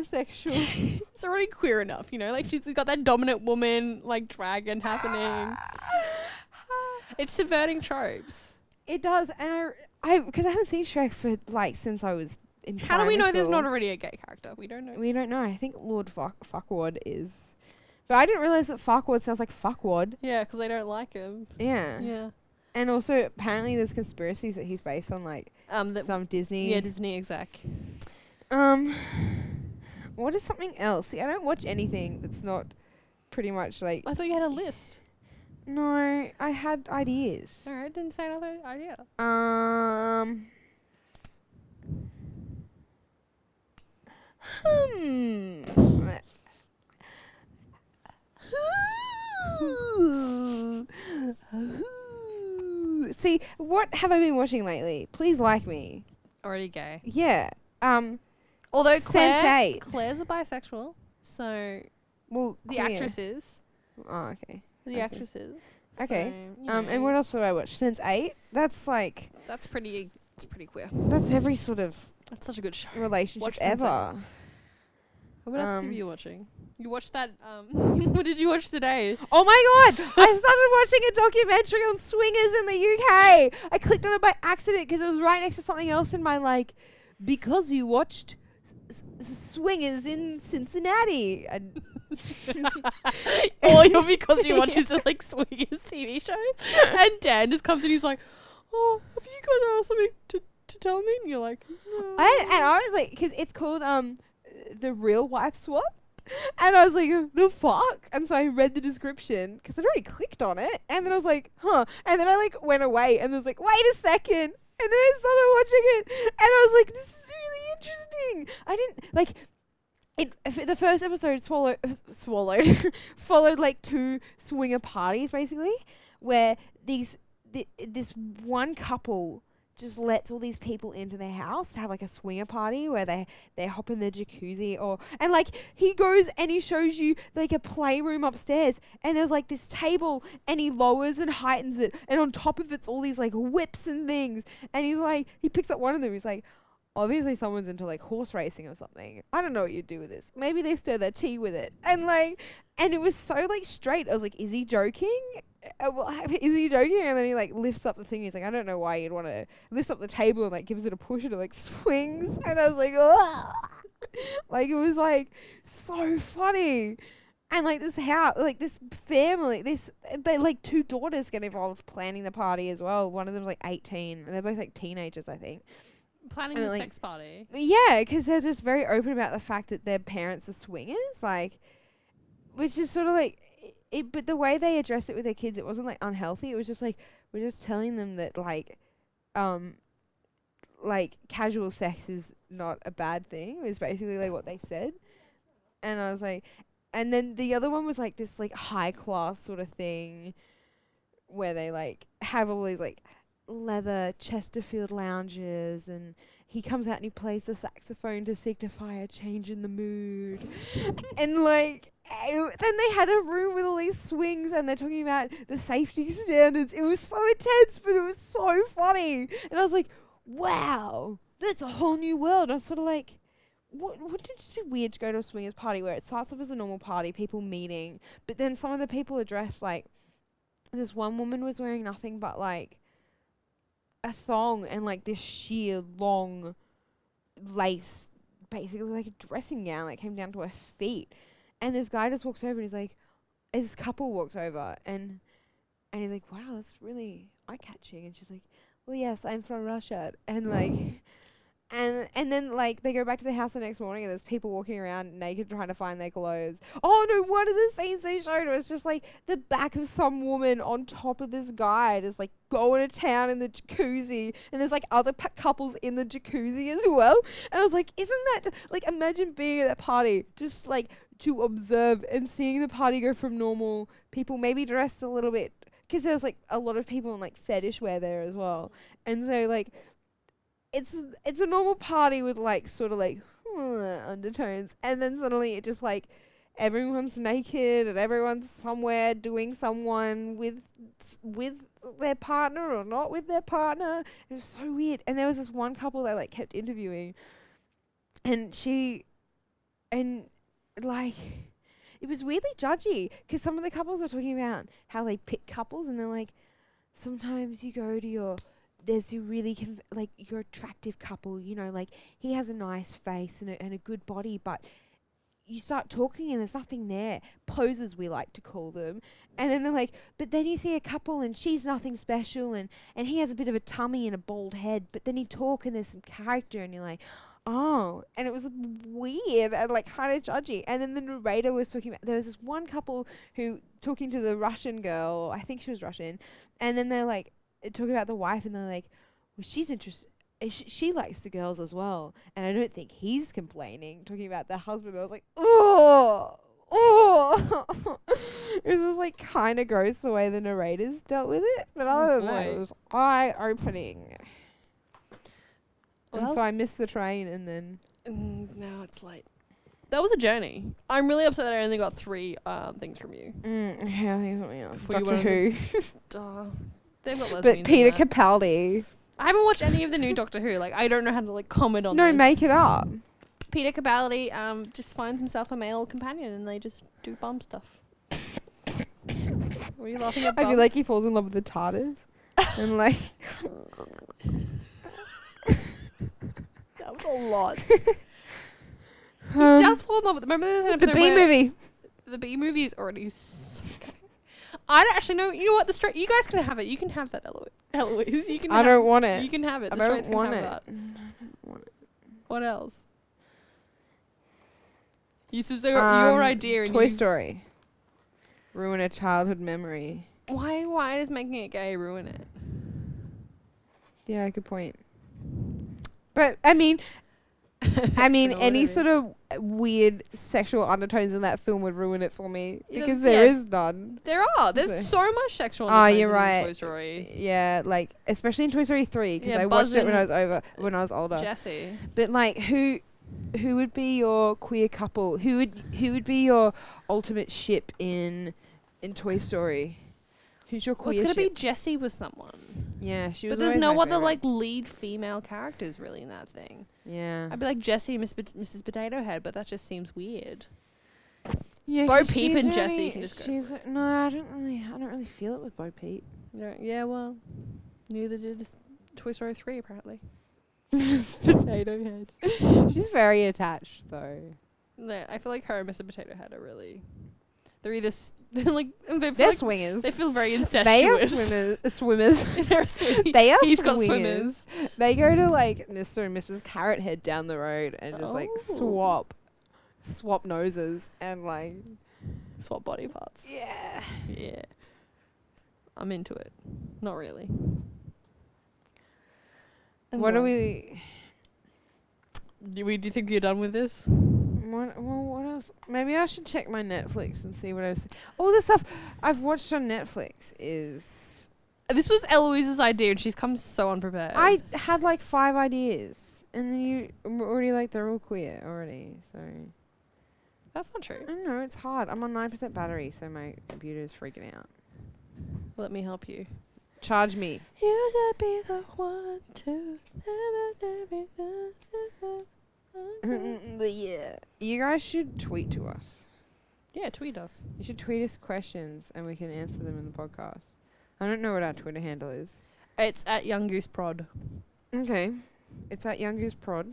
bisexual. it's already queer enough, you know. Like she's got that dominant woman like dragon happening. It's subverting tropes. it does, and I, I, because I haven't seen Shrek for like since I was in. How do we primary know there's school. not already a gay character? We don't know. We don't know. I think Lord Fuck Fuckwad is. But I didn't realize that Fuckwad sounds like Fuckwad. Yeah, 'cause they don't like him. Yeah. Yeah. And also, apparently, there's conspiracies that he's based on like Um. That some Disney. yeah, Disney exec. um, what is something else? See, I don't watch anything that's not pretty much like. I thought you had a list. No, I had ideas. All right, didn't say another idea. Um. Hmm. See, what have I been watching lately? Please like me. Already gay. Yeah. Um. Although Claire, Sense8. Claire's a bisexual, so Well, the queer. actress is Oh, okay. the Okay. actress is. Okay. So, you Um. And know, what else have I watched? Since eight. That's like That's pretty. It's pretty queer. that's every sort of That's such a good show. relationship Watch Sense8. ever. What else Um, have you watching? You watched that. Um, what did you watch today? Oh my god! I started watching a documentary on swingers in the UK. I clicked on it by accident because it was right next to something else in my like. Because you watched s- s- swingers in Cincinnati. I, or you're because he watches the like swingers TV shows, and Dan just comes and he's like, "Oh, have you got uh, something to, to tell me?" And you're like, no. I, and I was like, because it's called um, the real wife swap, and I was like, the fuck. And so I read the description because I'd already clicked on it, and then I was like, huh. And then I like went away, and I was like, wait a second. And then I started watching it, and I was like, this is really interesting. I didn't like. It, f- the first episode swallow, uh, swallowed followed like two swinger parties basically where these th- this one couple just lets all these people into their house to have like a swinger party where they they hop in the jacuzzi or and like he goes and he shows you like a playroom upstairs and there's like this table and he lowers and heightens it and on top of it's all these like whips and things and he's like he picks up one of them he's like obviously someone's into like horse racing or something i don't know what you do with this maybe they stir their tea with it and like and it was so like straight i was like is he joking Uh, well, is he joking and then he like lifts up the thing he's like i don't know why you'd want to lifts up the table and like gives it a push and it like swings and i was like Ugh! like it was like so funny and like this house like this family this they like two daughters get involved planning the party as well one of them's like 18 and they're both like teenagers i think planning I mean, a like- sex party. yeah, because they're just very open about the fact that their parents are swingers, like, which is sort of like, i- it, but the way they addressed it with their kids, it wasn't like unhealthy. It was just like we're just telling them that like, um, like casual sex is not a bad thing. Was basically like what they said, and I was like, and then the other one was like this like high class sort of thing, where they like have all these like leather Chesterfield lounges and he comes out and he plays the saxophone to signify a change in the mood. and like eh, then they had a room with all these swings and they're talking about the safety standards. It was so intense, but it was so funny. And I was like, wow, that's a whole new world. I was sort of like, what, wouldn't it just be weird to go to a swingers party where it starts off as a normal party, people meeting, but then some of the people are dressed like this one woman was wearing nothing but like a thong and like this sheer long lace, basically like a dressing gown that came down to her feet. And this guy just walks over and he's like, this couple walks over and and he's like, wow, that's really eye catching. And she's like, well, yes, I'm from Russia. And like, and and then like they go back to the house the next morning and there's people walking around naked trying to find their clothes. Oh no, one of the scenes they showed was just like the back of some woman on top of this guy just like going to town in the jacuzzi and there's like other pa- couples in the jacuzzi as well. And I was like, isn't that like imagine being at that party just like to observe and seeing the party go from normal people maybe dressed a little bit because there was like a lot of people in like fetish wear there as well. And so like it's it's a normal party with like sort of like undertones and then suddenly it just like everyone's naked and everyone's somewhere doing someone with with their partner or not with their partner it was so weird and there was this one couple that like kept interviewing and she and like it was weirdly judgy because some of the couples were talking about how they pick couples and they're like sometimes you go to your there's a really conv- like your attractive couple you know like he has a nice face and a, and a good body but you start talking and there's nothing there poses we like to call them and then they're like but then you see a couple and she's nothing special and and he has a bit of a tummy and a bald head but then you talk and there's some character and you're like oh and it was weird and like kind of judgy and then the narrator was talking about there was this one couple who talking to the russian girl i think she was russian and then they're like uh, talking about the wife, and they're like, "Well, she's interested. She, she likes the girls as well, and I don't think he's complaining." Talking about the husband, I was like, "Oh, oh!" it was just like kind of gross the way the narrators dealt with it, but other than that, it boy. was eye opening. Well, and that so I missed the train, and then Mm, now it's late. That was a journey. I'm really upset that I only got three um, things from you. Mm, yeah, I think something else. Before you Doctor went on Who, Duh. They've got lesbians. but in Peter that. Capaldi. I haven't watched any of the new Doctor Who. Like, I don't know how to like comment on. No, this. make it up. Peter Capaldi um just finds himself a male companion and they just do bum stuff. Were you laughing at? I feel bum? like he falls in love with the TARDIS, and like. that was a lot. he does fall in love with. Remember this episode um, the B where movie. the B movie is already so good. I don't actually know. You know what? The straight. You guys can have it. You can have that, Elo- Eloise. You can. I have, don't want it. You can have it. I The don't straights can want have it. that. What else? This is your, Um, your idea. And Toy you- Story. Ruin a childhood memory. Why? Why does making it gay ruin it? Yeah, good point. But I mean, I mean, know what I any mean. sort of weird sexual undertones in that film would ruin it for me Yeah, because there yeah. is none. There are. There's So- so much sexual. Ah, undertones you're in right. Toy Story. Yeah, like especially in Toy Story three because Yeah, I watched it when I Buzz was over when I was older. Jesse. But like, who who would be your queer couple? Who would who would be your ultimate ship in in Toy Story? Who's your Well, queer? it's gonna be ship? Jesse with someone. yeah. She was. But there's always no my other favourite. like lead female characters really in that thing. Yeah. I'd be like Jesse, Miss Pot- Mrs. Potato Head, but that just seems weird. Yeah, Bo 'cause Peep she's and Jessie really- can just go She's no, I don't really, I don't really feel it with Bo Peep. Yeah, yeah well, neither did s- Toy Story 3, apparently. Potato Head. She's very attached though. No, I feel like her and Mr. Potato Head are really. They're either. S- they're like. They feel, They're like swingers. they feel very They are incestuous. swimmers. Swimmers. they're swimming. They are He's got swingers. swimmers. They go to like Mr. and Mrs. Carrot Head down the road and just like Oh. swap, swap noses and like Swap body parts. yeah. Yeah. I'm into it. Not really. And What go are on. we? Do, we? do you think you're done with this? What, well, what else? Maybe I should check my Netflix and see what I've. Seen. All the stuff I've watched on Netflix is This was Eloise's idea, and she's come so unprepared. I had like five ideas, and then you were already like they're all queer already. So I That's not true. don't know. It's hard. I'm on nine percent battery, so my computer's freaking out. Let me help you. Charge me. You could be the one to never, never, never. yeah. You guys should tweet to us. Yeah, tweet us. You should tweet us questions, and we can answer them in the podcast. I don't know what our Twitter handle is. It's at Young Goose Prod. Okay. It's at Young Goose Prod.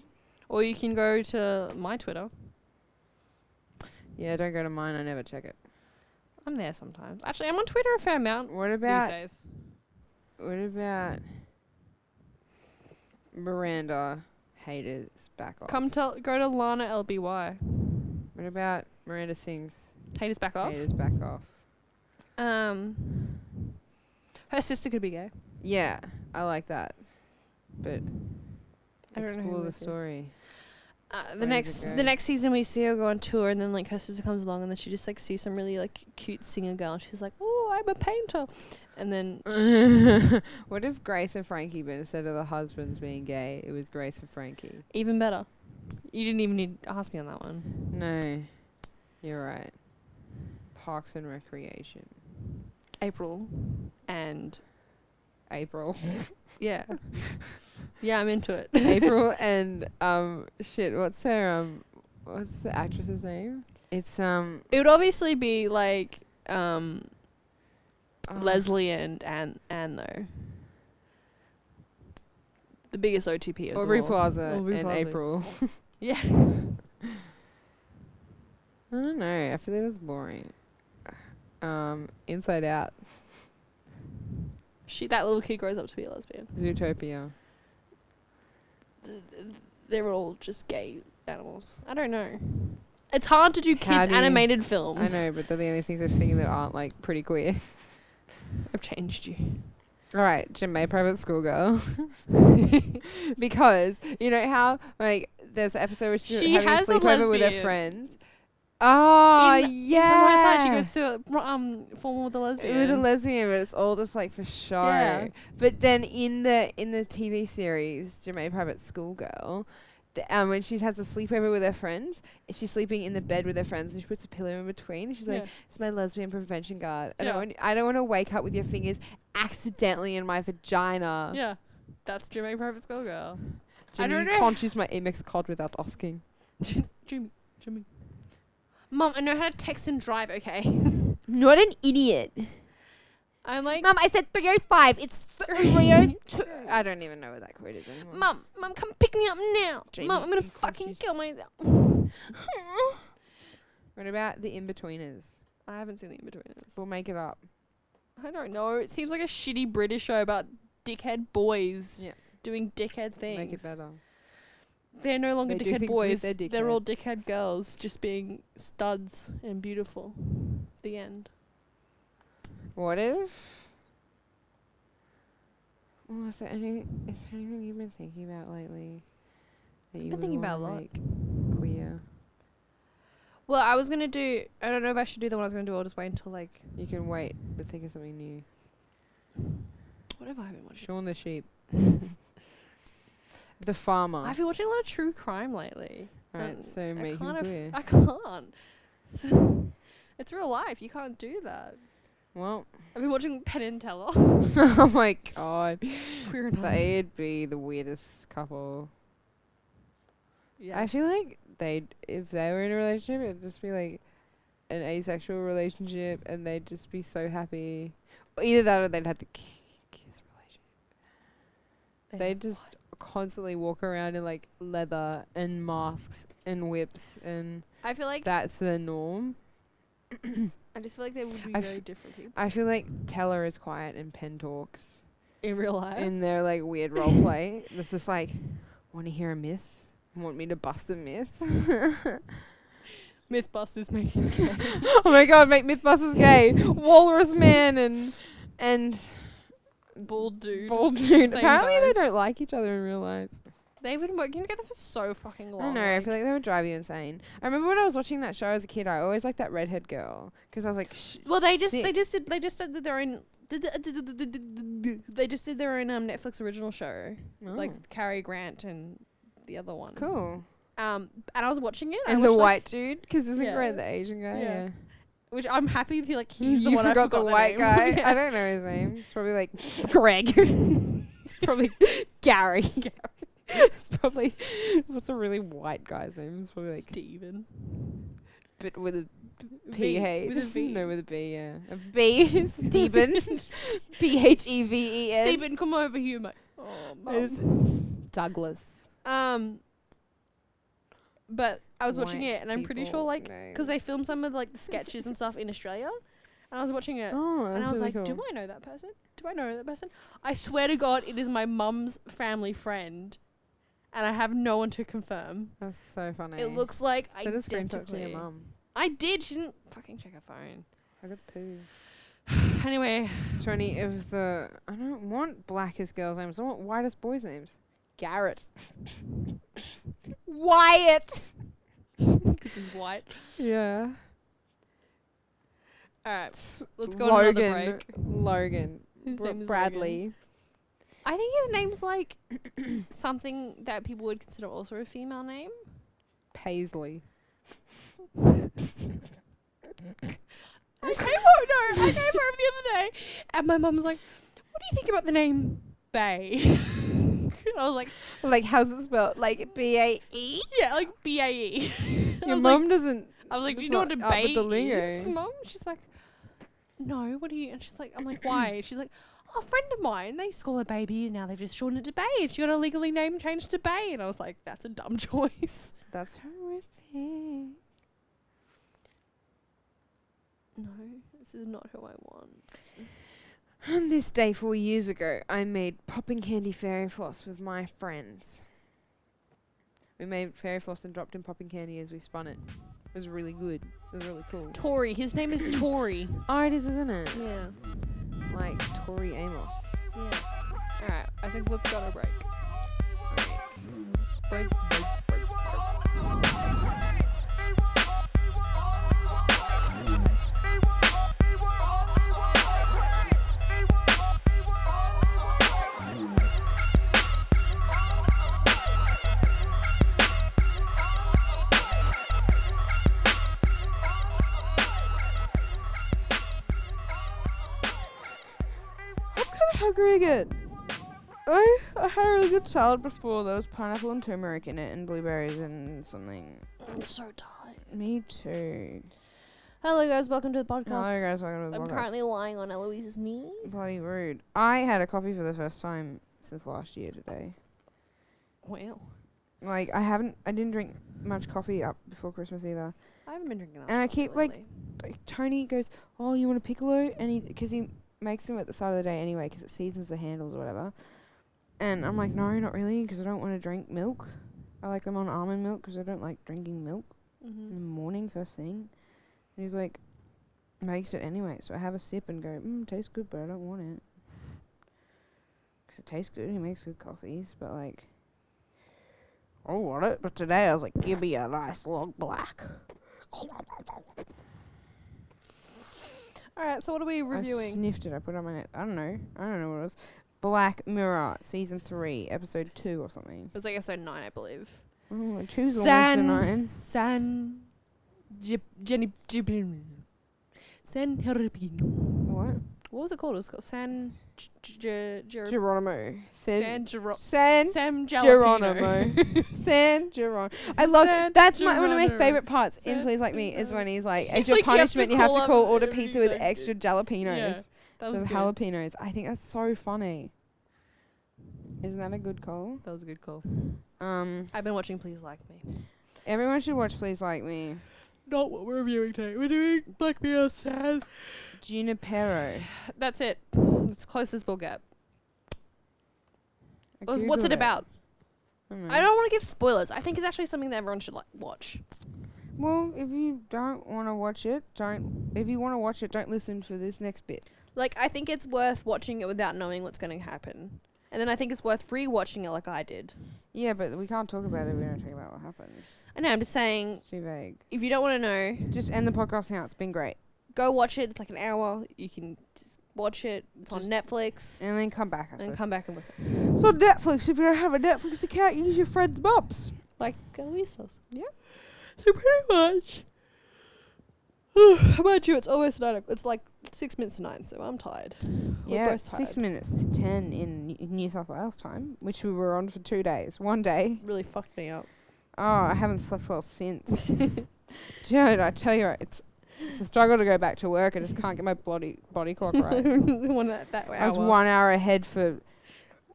Or you can go to my Twitter. Yeah, don't go to mine. I never check it. I'm there sometimes. Actually, I'm on Twitter a fair amount What these about days. what about Miranda haters back off? Come tell, go to Lana LBY. What about Miranda sings? Haters back off. Haters back off. Um, her sister could be gay. Yeah, I like that. But I don't know who explore the this is. story. Uh, Or is it the next gay? the next season we see her go on tour and then like her sister comes along and then she just like sees some really like cute singer girl and she's like oh I'm a painter and then what if Grace and Frankie, but instead of the husbands being gay, it was Grace and Frankie? even better you didn't even need to ask me on that one No, you're right. Parks and Recreation. April and April. yeah yeah I'm into it April and um shit. What's her um? What's the actress's name? It's um it would obviously be like um oh, Leslie and Anne Anne though the biggest OTP of Aubrey them all. Plaza Aubrey and Plaza. April. yeah I don't know. I feel like that's boring. Um, Inside Out, she that little kid grows up to be a lesbian. Zootopia. th- th- they're all just gay animals. I don't know. It's hard to do kids How do you- animated films. I know, but they're the only things I've seen that aren't like pretty queer. I've changed you. All right, Jimmy, private school girl. because you know how like there's an episode where she's She having has a a sleepover with her lesbian. friends. Oh In- yeah, Sometimes she goes to um formal with a lesbian. with a lesbian, but it's all just like for show. Yeah. But then in the in the TV series Jemima Private Schoolgirl, the, um, when she has a sleepover with her friends, she's sleeping in the bed with her friends, and she puts a pillow in between. She's like, Yeah. "It's my lesbian prevention guard. I Yeah. don't want, I don't want to wake up with your fingers accidentally in my vagina. yeah, that's Jimmy Private School Girl. I Jimmy, don't you know. can't use my Amex card without asking. Jimmy, Jimmy. Mom, I know how to text and drive. Okay, I'm not an idiot, I'm like, Mom. I said 305. It's 302. I don't even know what that quote is anymore. Mom, Mom, come pick me up now. Jamie, Mom, I'm gonna you fucking confused- kill myself. What about the in-betweeners? I haven't seen the Inbetweeners. We'll make it up. I don't know. It seems like a shitty British show about dickhead boys Yeah. doing dickhead things. Make it better. They're no longer They do dickhead things with boys. their They're all dickhead girls, just being studs and beautiful. The end. What if? Well, is there any? Is there anything you've been thinking about lately? That you been would thinking about wanna a lot. make Queer. Well, I was gonna do. I don't know if I should do the one I was gonna do. I'll just wait until like You can wait, but think of something new. whatever I've been watching. Shaun the sheep. the farmer. I've been watching a lot of true crime lately. right, and so make I him can't. queer. aff- I can't. it's real life. You can't do that. well, I've been watching Penn and Teller. oh my god, Queer enough. they'd be the weirdest couple. Yeah. I feel like they'd, if they were in a relationship, it'd just be like an asexual relationship, and they'd just be so happy. Or Either that, or they'd have the ki- kiss relationship. They They just constantly walk around in like leather and masks and whips, and I feel like that's the norm. I just feel like they would be I very f- different people I feel like Teller is quiet and Pen talks in real life. in their like weird role play. That's just like, want to hear a myth? Want me to bust a myth? Mythbusters making oh my god, make Mythbusters gay. Walrus Man and and bald dude. Bald Dude. Same Apparently they guys. don't like each other in real life. They've been working together for so fucking I long. don't know. I feel like they would drive you insane. I remember when I was watching that show as a kid, I always liked that redhead girl because I was like, Sh- well, they just they sick. just did they just did their own they just did their own um, Netflix original show Oh, like Cary Grant and the other one. cool. Um, and I was watching it I And the watched, like- white dude, because isn't Yeah. Grant the Asian guy? Yeah. yeah. which I'm happy that he, like he's the you one I forgot the white name. guy. Yeah. I don't know his name. It's probably like Greg. it's probably Gary. it's probably what's a really white guy's name? It's probably like Steven. but with a V- P H. with a V. No, with a B. Yeah, a B. Stephen. P H E V E N. Steven, come over here, mate. Oh, mum. Is Douglas. Um, but I was watching White it, and I'm pretty sure, people like, because they names. filmed some of like the sketches and stuff in Australia, and I was watching it, Oh, that's and I was really like, cool. "Do I know that person? Do I know that person?" I swear to God, it is my mum's family friend, and I have no one to confirm. That's so funny. It looks like I Send a screenshot to your identically. mum. I did. She didn't fucking check her phone. I got poo. anyway, Twenty of the I don't want blackest girls' names. I want whitest boys' names. Garrett. Wyatt. because he's white. Yeah. All right, let's go on Logan. another break. Logan. His Br- name is Logan. Bradley. I think his name's like something that people would consider also a female name. Paisley. I came home, no, I came home the other day, and my mum was like, "What do you think about the name Bay?" And I was like, Like how's it spelled? Like B A E. "Yeah, like B A E." I Your was mum Like, doesn't. I was like, "Do is you know what not a up bay with the is, lingo. mum?" She's like, "No, what do you?" And she's like, "I'm like, why?" She's like. Oh, a friend of mine, they used to call her baby, and now they've just shortened it to Bay, and she got her legally name changed to Bay, and I was like, that's a dumb choice. That's horrific. No, this is not who I want. On this day four years ago, I made popping candy fairy floss with my friends. We made fairy floss and dropped in popping candy as we spun it. It was really good. It was really cool. Tori, his name is Tori. Oh, it is, isn't it? Yeah. Like Tori Amos. Yeah. All right. I think let's go on a break. I'm kind of hungry again. I, I had a really good salad before. There was pineapple and turmeric in it, and blueberries and something. I'm so tired. Me too. Hello, guys. Welcome to the podcast. Hello, guys. Welcome to the I'm podcast. currently lying on Eloise's knee. bloody rude. I had a coffee for the first time since last year today. Wow. Like I haven't, I didn't drink much coffee up before Christmas either, I haven't been drinking that. And I much keep, like, lately. Like, Tony goes, "Oh, you want a piccolo?" And he, because he makes them at the start of the day anyway, because it seasons the handles or whatever. And I'm like, "No, not really, because I don't want to drink milk. I like them on almond milk because I don't like drinking milk in the Mhm. morning first thing." And he's like, "Makes it anyway." So I have a sip and go, "Mmm, tastes good, but I don't want it." 'Cause it tastes good. He makes good coffees, but like. I don't want it, but today I was like, give me a nice long black. All right, so what are we I reviewing? sniffed it. I put it on my nose. I don't know. I don't know what it was. Black Mirror, season three, episode two or something. It was like episode nine, I believe. Oh, two's almost a San- nine. San, Jip, Jenny, Jip, San Herpino. What? What was it called? It was called San, J, J, Jer- Geronimo. San. San Gero- San. Sam Geronimo. Jalapeno. San Geronimo. I love San that's my, one of my Geronimo. favorite parts in San Please Like Me is Geronimo. when he's like, He's as your like, you have to punishment, you have call to up call order everything pizza with like- extra jalapenos. Yeah, that was some good. jalapenos. I think that's so funny. Isn't that a good call? that was a good call. Um, I've been watching Please Like Me. everyone should watch Please Like Me. Not what we're reviewing today. We're doing Black Mirror San. Junipero. That's it. It's closest we'll get. I Uh, What's googled it about? don't I don't want to give spoilers. I think it's actually something that everyone should like watch. Well, if you don't want to watch it, don't. If you want to watch it, don't listen for this next bit. Like I think it's worth watching it without knowing what's going to happen. And then I think it's worth rewatching it like I did. Yeah, but we can't talk about it. We don't talk about what happens. I know I'm just saying It's too vague. if you don't want to know, Just end the podcast now. It's been great, go watch it. It's like an hour. You can just watch it. It's on Netflix and then come back. I and then suppose. come back and listen. so Netflix. If you don't have a Netflix account, use your friend's mobs. Like uh, Aloysius. Yeah. So pretty much. How about you? It's almost nine. o- It's like six minutes to nine, so I'm tired. We're yeah, both it's six tired. minutes to ten in N- New South Wales time, which we were on for two days. One day. Really fucked me up. Oh, I haven't slept well since. Dude, I tell you, what, it's it's a struggle to go back to work. I just can't get my body body clock right. One that, that hour. I was one hour ahead for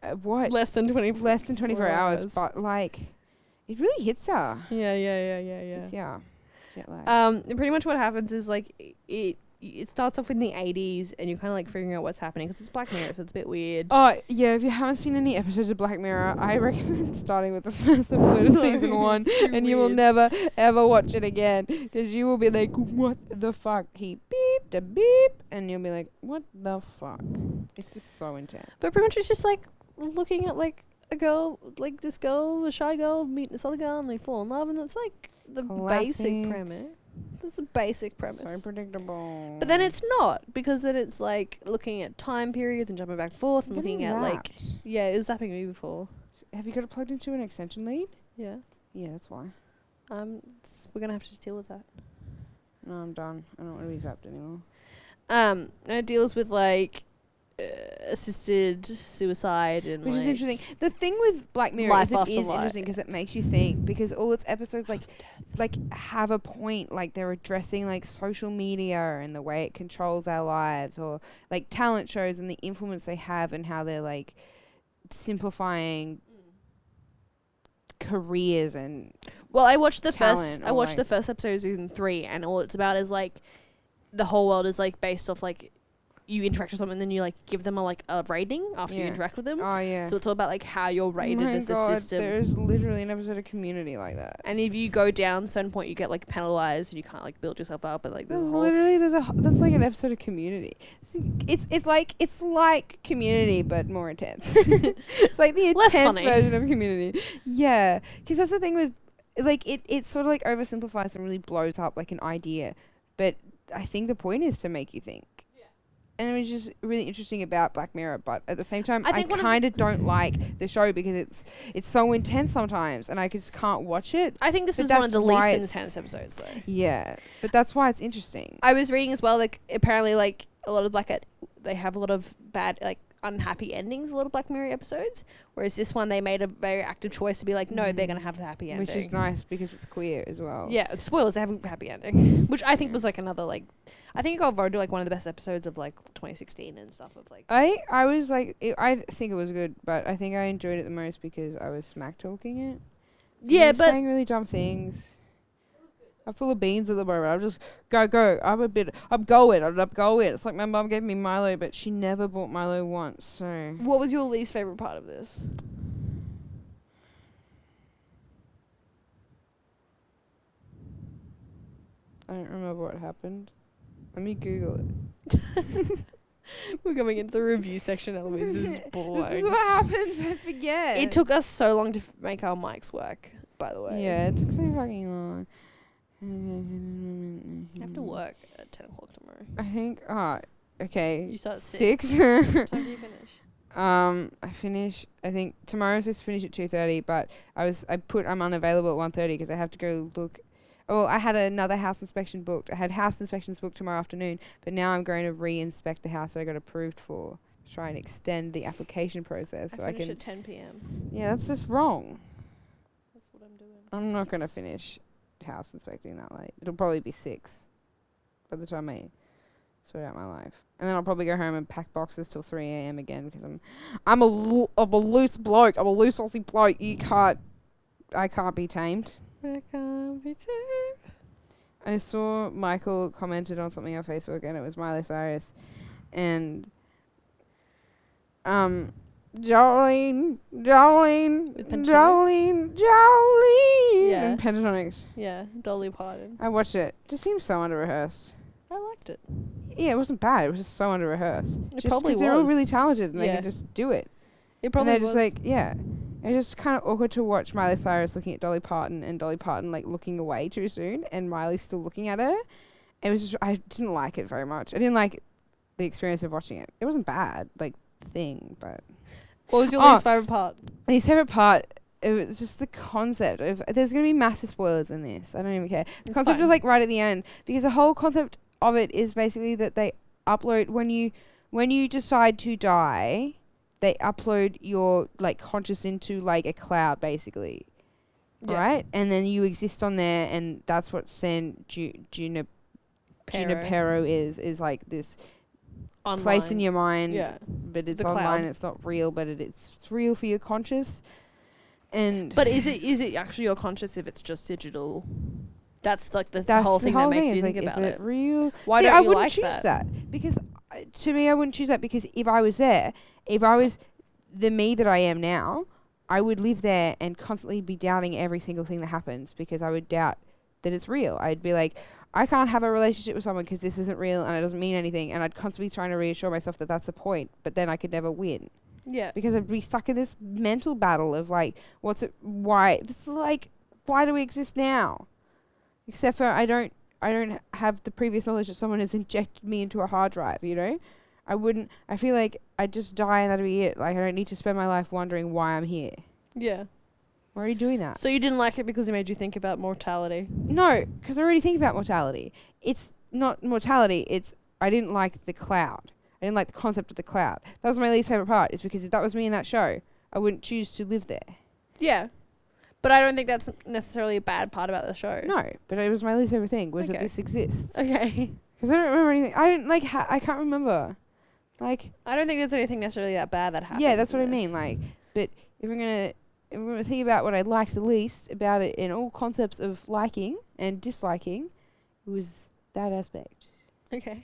uh, what less than twenty. less than 24 four hours, hours. but like it really hits her. Yeah, yeah, yeah, yeah, yeah. It's yeah. Jet lag. Um, pretty much what happens is like i- it. It starts off in the 80s, and you're kind of like figuring out what's happening because it's Black Mirror, so it's a bit weird. oh yeah, if you haven't seen any episodes of Black Mirror, I recommend starting with the first episode of season one, and you will never ever watch it again because you will be like, what the fuck? He beeped a beep, and you'll be like, what the fuck? It's just so intense. But pretty much it's just like looking at like a girl, like this girl, a shy girl, meeting this other girl, and they fall in love, and that's like the Classic. basic premise. That's the basic premise. So predictable. but then it's not because then it's like looking at time periods and jumping back and forth and Getting looking at like zapped. yeah, it was zapping me before. Have you got it plugged into an extension lead? Yeah, Yeah, that's why. um, s- we're gonna have to just deal with that. No, I'm done. I don't want to be zapped anymore. Um, and it deals with like uh, assisted suicide and Which like, is interesting. The thing with Black Mirror Life is it after is life. interesting because it makes you think. Because all its episodes like, like have a point. Like they're addressing like social media and the way it controls our lives, or like talent shows and the influence they have and how they're like simplifying careers and Mm. Well, I watched the first. talent I or, watched the like- first episode of season three, and all it's about is like the whole world is like based off like you interact with someone, then you like give them a like a rating after Yeah. you interact with them. oh yeah. Oh So it's all about like how you're rated My as God, a system. there's literally an episode of Community like that. and if you go down a certain point, you get like penalized, and you can't like build yourself up. And like there's There's a whole literally there's a h- that's like an episode of Community. It's it's, it's like it's like Community but more intense. it's like the Less intense funny. version of Community. Yeah, because that's the thing with like it it sort of like oversimplifies and really blows up like an idea, but I think the point is to make you think. And it was just really interesting about Black Mirror, but at the same time, I I, think one of the- kind of don't like the show because it's it's so intense sometimes, and I just can't watch it. I think this But is one of that's the why least it's- intense episodes. Though. Yeah, but that's why it's interesting. I was reading as well, like apparently, like a lot of Black, Ad- they have a lot of bad, like unhappy endings. A lot of Black Mirror episodes, whereas this one they made a very active choice to be like, no, they're gonna have the happy ending, Which is nice because it's queer as well. Yeah, spoilers, they have a happy ending, which I think was like another like, I think it got voted like one of the best episodes of like 2016 and stuff of like. I I was like it, I think it was good, but I think I enjoyed it the most because I was smack talking it. He Yeah, was but saying really dumb things. I'm full of beans at the moment. I'm just go go. I'm a bit. I'm going. I'm, I'm going. It's like my mum gave me Milo, but she never bought Milo once. So What was your least favorite part of this? I don't remember what happened. Let me Google it. We're going into the review section. Eloise is This blank. is what happens. I forget. It took us so long to f- make our mics work. By the way, Yeah, it took so fucking long. I have to work at ten o'clock tomorrow. I think. Ah, okay. You start at six. Time do you finish? um, I finish. I think tomorrow's supposed to finish at two thirty, but I was I put I'm unavailable at one thirty because I have to go look. Oh, I had another house inspection booked. I had house inspections booked tomorrow afternoon, but now I'm going to re-inspect the house that I got approved for. to Try and extend the application process so I, I finish can. at ten p.m. Yeah, that's just wrong. That's what I'm doing. I'm not gonna finish house inspecting that late. It'll probably be six by the time I sort out my life, and then I'll probably go home and pack boxes till three a.m. again because I'm I'm a lo- I'm a loose bloke. I'm a loose Aussie bloke. You can't I can't be tamed. I can't be tamed. I saw Michael commented on something on Facebook, and it was Miley Cyrus, and um, Jolene, Jolene, With Pentatonix? Jolene, Jolene, Yeah. and Pentatonix. Yeah, Dolly Parton. I watched it. Just seems so under rehearsed. I liked it. Yeah, it wasn't bad. It was just so under rehearsed. It probably they're all was. really talented and they Yeah. can just do it. It and probably they're was. just like, yeah. It's just kind of awkward to watch Miley Cyrus looking at Dolly Parton and Dolly Parton like looking away too soon and Miley still looking at her. It was just I didn't like it very much. I didn't like the experience of watching it. It wasn't bad, like thing, but what was your Oh. least favorite part? and his favorite part it was just the concept of there's gonna be massive spoilers in this. I don't even care. The It's concept fine. is like right at the end because the whole concept of it is basically that they upload when you when you decide to die, they upload your like conscious into like a cloud basically. Yeah. Right? And then you exist on there and that's what San Ju- Juni- Pero. Junipero is is like this place in Online. your mind Yeah. but it's The online, cloud. it's not real, but it, it's real for your conscious. And But is it is it actually your conscious if it's just digital? That's like the that's whole thing that makes is, you think like, about is it. it. real? Why See, don't I you wouldn't like choose that? that, because uh, to me, I wouldn't choose that because if I was there, if I was the me that I am now, I would live there and constantly be doubting every single thing that happens because I would doubt that it's real. I'd be like. I can't have a relationship with someone because this isn't real and it doesn't mean anything, and I'd constantly be trying to reassure myself that that's the point, but then I could never win. Yeah. because I'd be stuck in this mental battle of like, what's it? Why this is like, why do we exist now? Except for I don't, I don't have the previous knowledge that someone has injected me into a hard drive. You know, I wouldn't. I feel like I'd just die and that'd be it. Like I don't need to spend my life wondering why I'm here. Yeah. Why are you doing that? So you didn't like it because it made you think about mortality. No, because I already think about mortality. It's not mortality. It's I didn't like the cloud. I didn't like the concept of the cloud. That was my least favorite part. Is because if that was me in that show, I wouldn't choose to live there. Yeah. But I don't think that's necessarily a bad part about the show. No, but it was my least favorite thing was that Okay. this exists Okay. because I don't remember anything. I didn't like. Ha- I can't remember. Like, I don't think there's anything necessarily that bad that happens. yeah, that's what I in this. mean. Like, but if we're gonna if we're gonna think about what I liked the least about it and all concepts of liking and disliking, it was that aspect. Okay.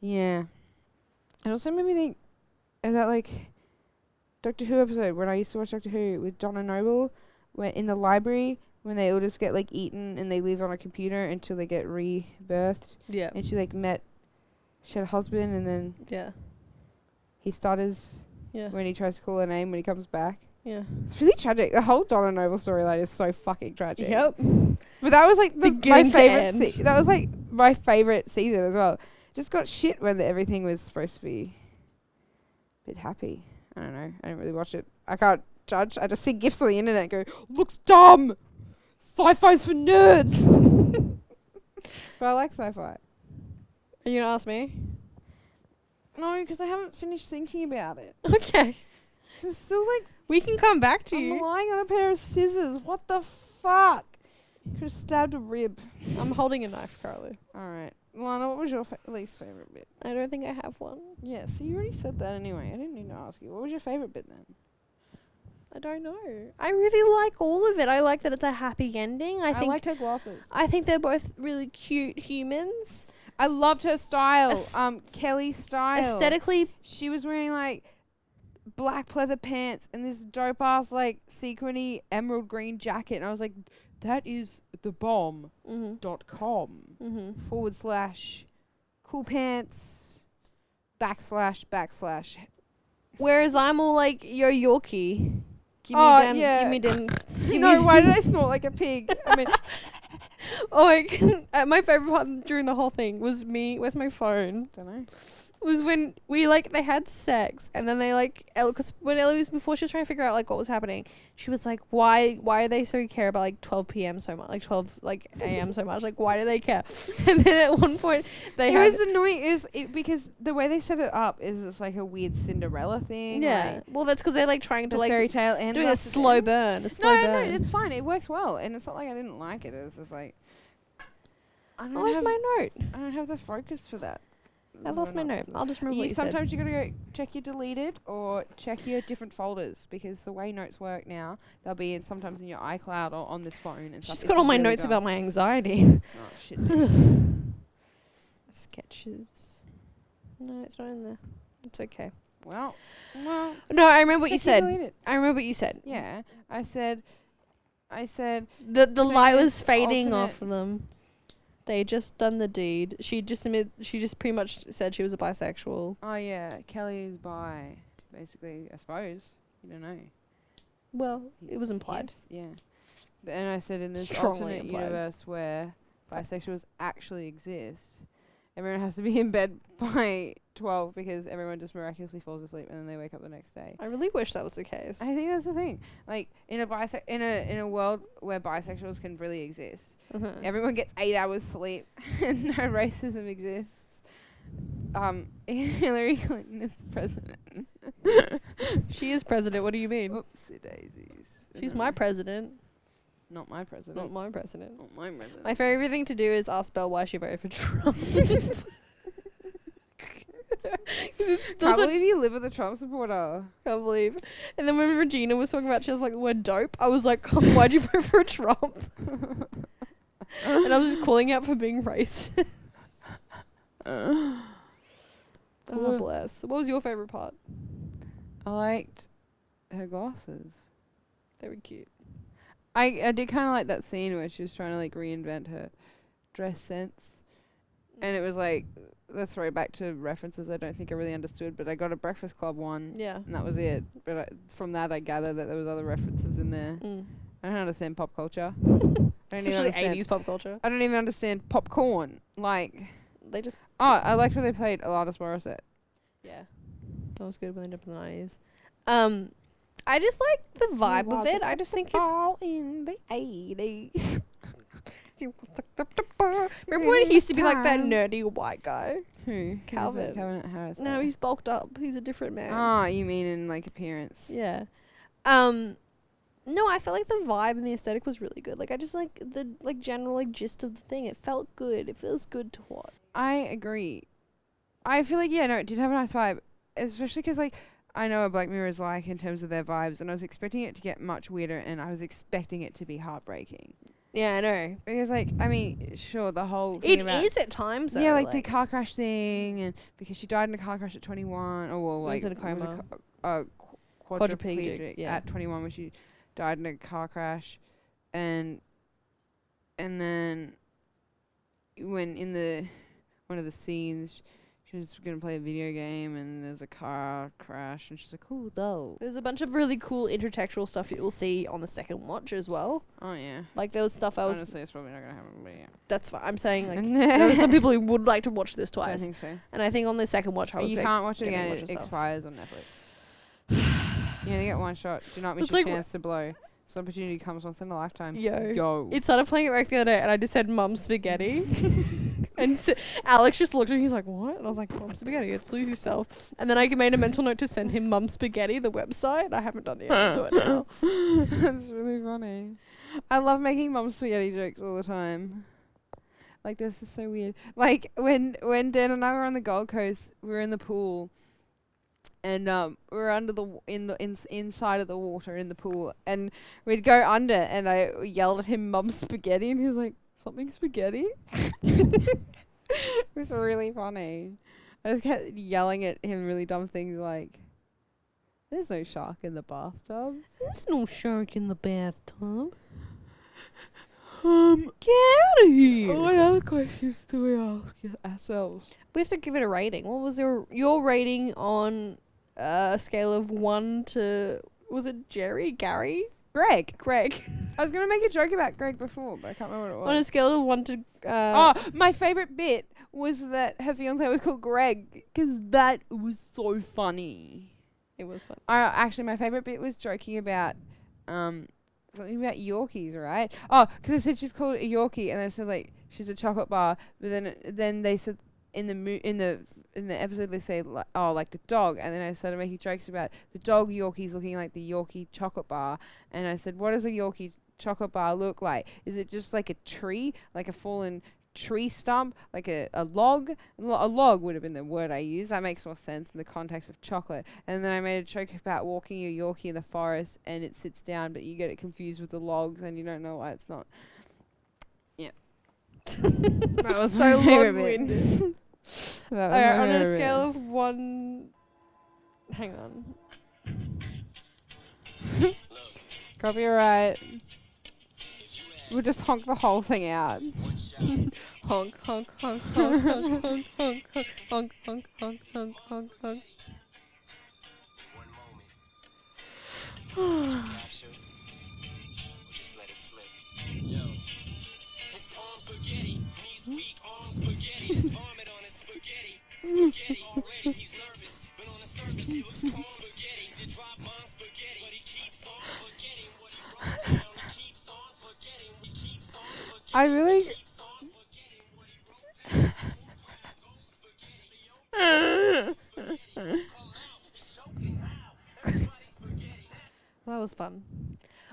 Yeah. It also made me think of that like Doctor Who episode when I used to watch Doctor Who with Donna Noble when in the library when they all just get like eaten and they live on a computer until they get rebirthed. Yeah. And she like met she had a husband and then Yeah. he stutters Yeah. when he tries to call her name when he comes back. Yeah. It's really tragic. The whole Donna Noble storyline is so fucking tragic. Yep. But that was like the, my Beginning to favorite. end. Se- that was like my favorite season as well. Just got shit when the, everything was supposed to be a bit happy. I don't know. I didn't really watch it. I can't judge. I just see gifs on the internet and go, looks dumb. Sci-fi's for nerds. but I like sci-fi. Are you gonna ask me? No, because I haven't finished thinking about it. Okay. I'm still like We can come back to I'm you. lying on a pair of scissors. What the fuck? Could have stabbed a rib. I'm holding a knife, Carly. All right, Lana. What was your fa- least favorite bit? I don't think I have one. Yeah, so you already said that anyway. I didn't need to ask you. What was your favorite bit then? I don't know. I really like all of it. I like that it's a happy ending. I, I, think liked her glasses. I think they're both really cute humans. I loved her style. Aes- um, Kelly's style. Aesthetically, She was wearing like black pleather pants and this dope ass like sequiny emerald green jacket, and I was like, that is the bomb. mm-hmm, dot com mm-hmm. forward slash cool pants backslash backslash. Whereas I'm all like, yo, Yorkie. Give me Oh, damn, yeah. give me damn, give no, me why did I snort like a pig? I mean, Oh, I can, uh, my favorite part during the whole thing was me. Where's my phone? don't know. Was when we like they had sex, and then they like because when Ellie was before she was trying to figure out like what was happening, she was like, "Why? Why do they so care about like 12 p.m. so much? Like 12 like a.m. so much? Like why do they care?" And then at one point they It had, was annoying is it, because the way they set it up is it's like a weird Cinderella thing. yeah. like, well, that's because they're like trying the to like fairy tale and doing a that's the slow thing. burn, a slow No, no, burn. it's fine. It works well, and it's not like I didn't like it. It's just like I don't, Where's have, my note? I don't have the focus for that. I lost my Why not? note. I'll just remember you, what you said. sometimes you gotta go check your deleted or check your different folders because the way notes work now, they'll be in sometimes in your iCloud or on this phone. And stuff. She's It's got all my really notes dumb. about my anxiety. Oh, shit, dude. Sketches. No, it's not in there. It's okay. well, well. No, I remember what check you your said. deleted. I remember what you said. Yeah, I said, I said, The the So light it's was fading off alternate- of them. They just done the deed. She just admit, she just pretty much said she was a bisexual. oh yeah, Kelly's bi, basically. I suppose you don't know. Well, it was implied. Yes, yeah. But, and I said in this Strongly alternate implied. universe where bisexuals actually exist, everyone has to be in bed by 12 because everyone just miraculously falls asleep and then they wake up the next day. I really wish that was the case. I think that's the thing. Like in a bise- in a in a world where bisexuals can really exist, Uh-huh. everyone gets eight hours sleep and no racism exists. Um, Hillary Clinton is president. She is president. What do you mean? Oopsie daisies. She's my president, not my president. not my president. Not my president. My favorite thing to do is ask Belle why she voted for Trump. 'Cause it Can't doesn't believe you live with a Trump supporter. can't believe. And then when Regina was talking about, she was like, "We're dope." I was like, "Come, "Why'd you vote for Trump?" and I was just calling out for being racist. oh bless. What was your favorite part? I liked her glasses. They were cute. I I did kind of like that scene where she was trying to like reinvent her dress sense, and it was like the throwback to references I don't think I really understood, but I got a Breakfast Club one, Yeah. and that was it. But I, from that, I gather that there was other references in there. Mm. I don't understand pop culture. I don't even Especially understand. eighties pop culture. I don't even understand popcorn. Like, They just oh, I liked when they played Alanis Morissette. yeah. That was good when they jumped in the nineties. Um, I just like the vibe of it. I just think it's. all in the eighties. Remember when he used to be like that nerdy white guy? Who? Calvin. Calvin Harris. No, he's bulked up. He's a different man. Ah, you mean in like appearance? Yeah. Um no, I felt like the vibe and the aesthetic was really good. Like I just like the like general like gist of the thing. It felt good. It feels good to watch. I agree. I feel like yeah, no, it did have a nice vibe, especially 'cause like I know what Black Mirror is like in terms of their vibes, and I was expecting it to get much weirder, and I was expecting it to be heartbreaking Yeah, I know. because like I mean, sure, the whole thing It about is at times though. yeah, like, the car crash thing, and because she died in a car crash at 21, or well, Was like in a was coma. ca- uh, qu- Quadriplegic, quadriplegic yeah. at 21 when she died in a car crash, and and then when in the one of the scenes she was gonna play a video game and there's a car crash and she's like, cool though. there's a bunch of really cool intertextual stuff that you'll see on the second watch as well. Oh yeah. Like there was stuff I was Honestly, it's probably not gonna happen, but yeah. that's what I'm saying like there are some people who would like to watch this I twice. think so. and I think on the second watch I And was you like, can't watch it gonna again. watch It yourself. expires on Netflix. you only get one shot. Do not miss It's your like wha- chance to blow. This opportunity comes once in a lifetime. Yo. Yo. It started playing it back the other day, and I just said "Mum spaghetti," and s Alex just looked at me. He's like, "What?" And I was like, "Mum spaghetti." It's lose yourself. And then I made a mental note to send him "Mum spaghetti" the website. I haven't done it yet. I'll do it now. That's really funny. I love making mum spaghetti jokes all the time. Like this is so weird. Like when when Dan and I were on the Gold Coast, we were in the pool, and um, we were under the w- in the in, inside of the water in the pool, and we'd go under, and I yelled at him, "Mum, spaghetti," and he was like, "Something spaghetti." it was really funny. I just kept yelling at him really dumb things like, "There's no shark in the bathtub." There's no shark in the bathtub. Um, get out of here. Oh, other questions do we ask ourselves? We have to give it a rating. What was your your rating on uh, a scale of one to was it Jerry Gary Greg. Greg I was gonna make a joke about Greg before, but I can't remember what it on a was. scale of one to uh, Oh, my favorite bit was that her fiance was called Greg because that was so funny. it was fun. I actually my favorite bit was joking about um something about Yorkies, right? Oh, because I said she's called a Yorkie, and I said like she's a chocolate bar, but then then they said in the mo- in the in the episode they say like, oh like the dog, and then I started making jokes about the dog Yorkies looking like the Yorkie chocolate bar, and I said what does a Yorkie chocolate bar look like? Is it just like a tree, like a fallen tree stump, like a, a log? Lo- A log would have been the word I used. That makes more sense in the context of chocolate. And then I made a joke about walking your Yorkie in the forest and it sits down, but you get it confused with the logs and you don't know why it's not. Yep. that was so So long-winded. that was Alright, my on a favourite bit. scale of one, hang on. Copyright. We'll just honk the whole thing out. Honk, honk, honk, honk, honk, honk, honk, honk, honk, honk, honk, honk, honk. I really. That was fun.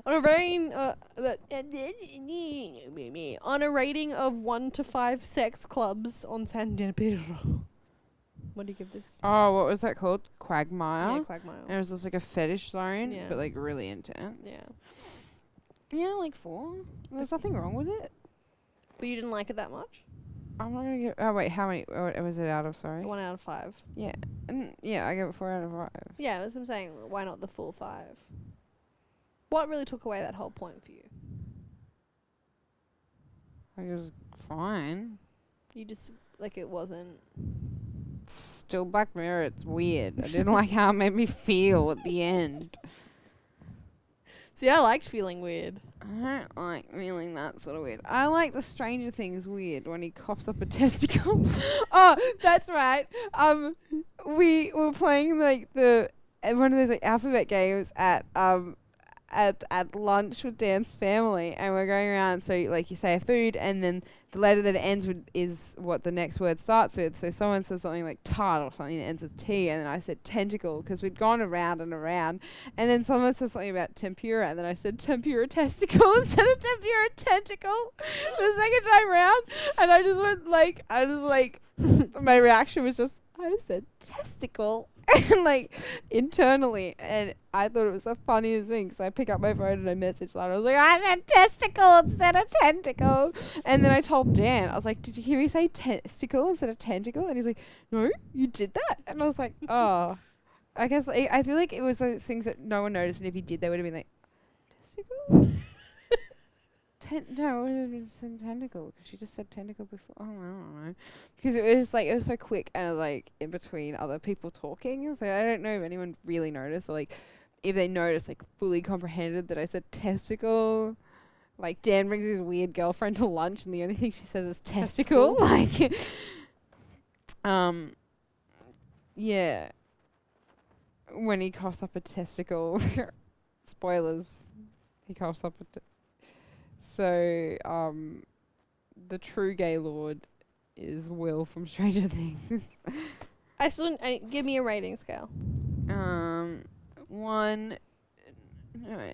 On a rating, uh, uh, on a rating of one to five sex clubs on San Pedro. What do you give this? Oh, what was that called? Quagmire? Yeah, Quagmire. And it was just like a fetish zone, Yeah. but like really intense. yeah, Yeah, like four. There's nothing wrong with it. but you didn't like it that much. I'm not gonna give. Oh wait, how many? Oh, what was it out of? Sorry. One out of five. Yeah. Mm, yeah, I give it four out of five. Yeah, that's what I'm saying. Why not the full five? What really took away that whole point for you? Like it was fine. You just like it wasn't. Still Black Mirror. It's weird. I didn't like how it made me feel at the end. See, I liked feeling weird. I don't like feeling that sort of weird. I like the Stranger Things weird when he coughs up a testicle. oh, that's right. Um, we were playing like the uh, one of those like alphabet games at um at at lunch with Dan's family, and we're going around. So like you say a food, and then the letter that it ends with is what the next word starts with. So someone says something like tart or something that ends with T, and then I said tentacle because we'd gone around and around. And then someone said something about tempura, and then I said tempura testicle instead of tempura tentacle the second time round. And I just went like, I was like, my reaction was just, I said testicle. and like internally, and I thought it was the funniest thing. So I pick up my phone and I message Lara. I was like, I said testicle instead of tentacle. And then I told Dan, I was like, Did you hear me say testicle instead of tentacle? And he's like, No, you did that. And I was like, Oh. I guess I, I feel like it was those things that no one noticed, and if you did, they would have been like, testicle. Ten- no, it would have been said tentacle because she just said tentacle before. Oh, I don't know. Because it was like it was so quick and like in between other people talking, so I don't know if anyone really noticed or like if they noticed, like fully comprehended that I said testicle. Like Dan brings his weird girlfriend to lunch, and the only thing she says is testicle. Like, um, yeah when he coughs up a testicle. Spoilers. He coughs up a. T- so, um, the true gay lord is Will from Stranger Things. I still didn't- I, give me a rating scale. um, one, no,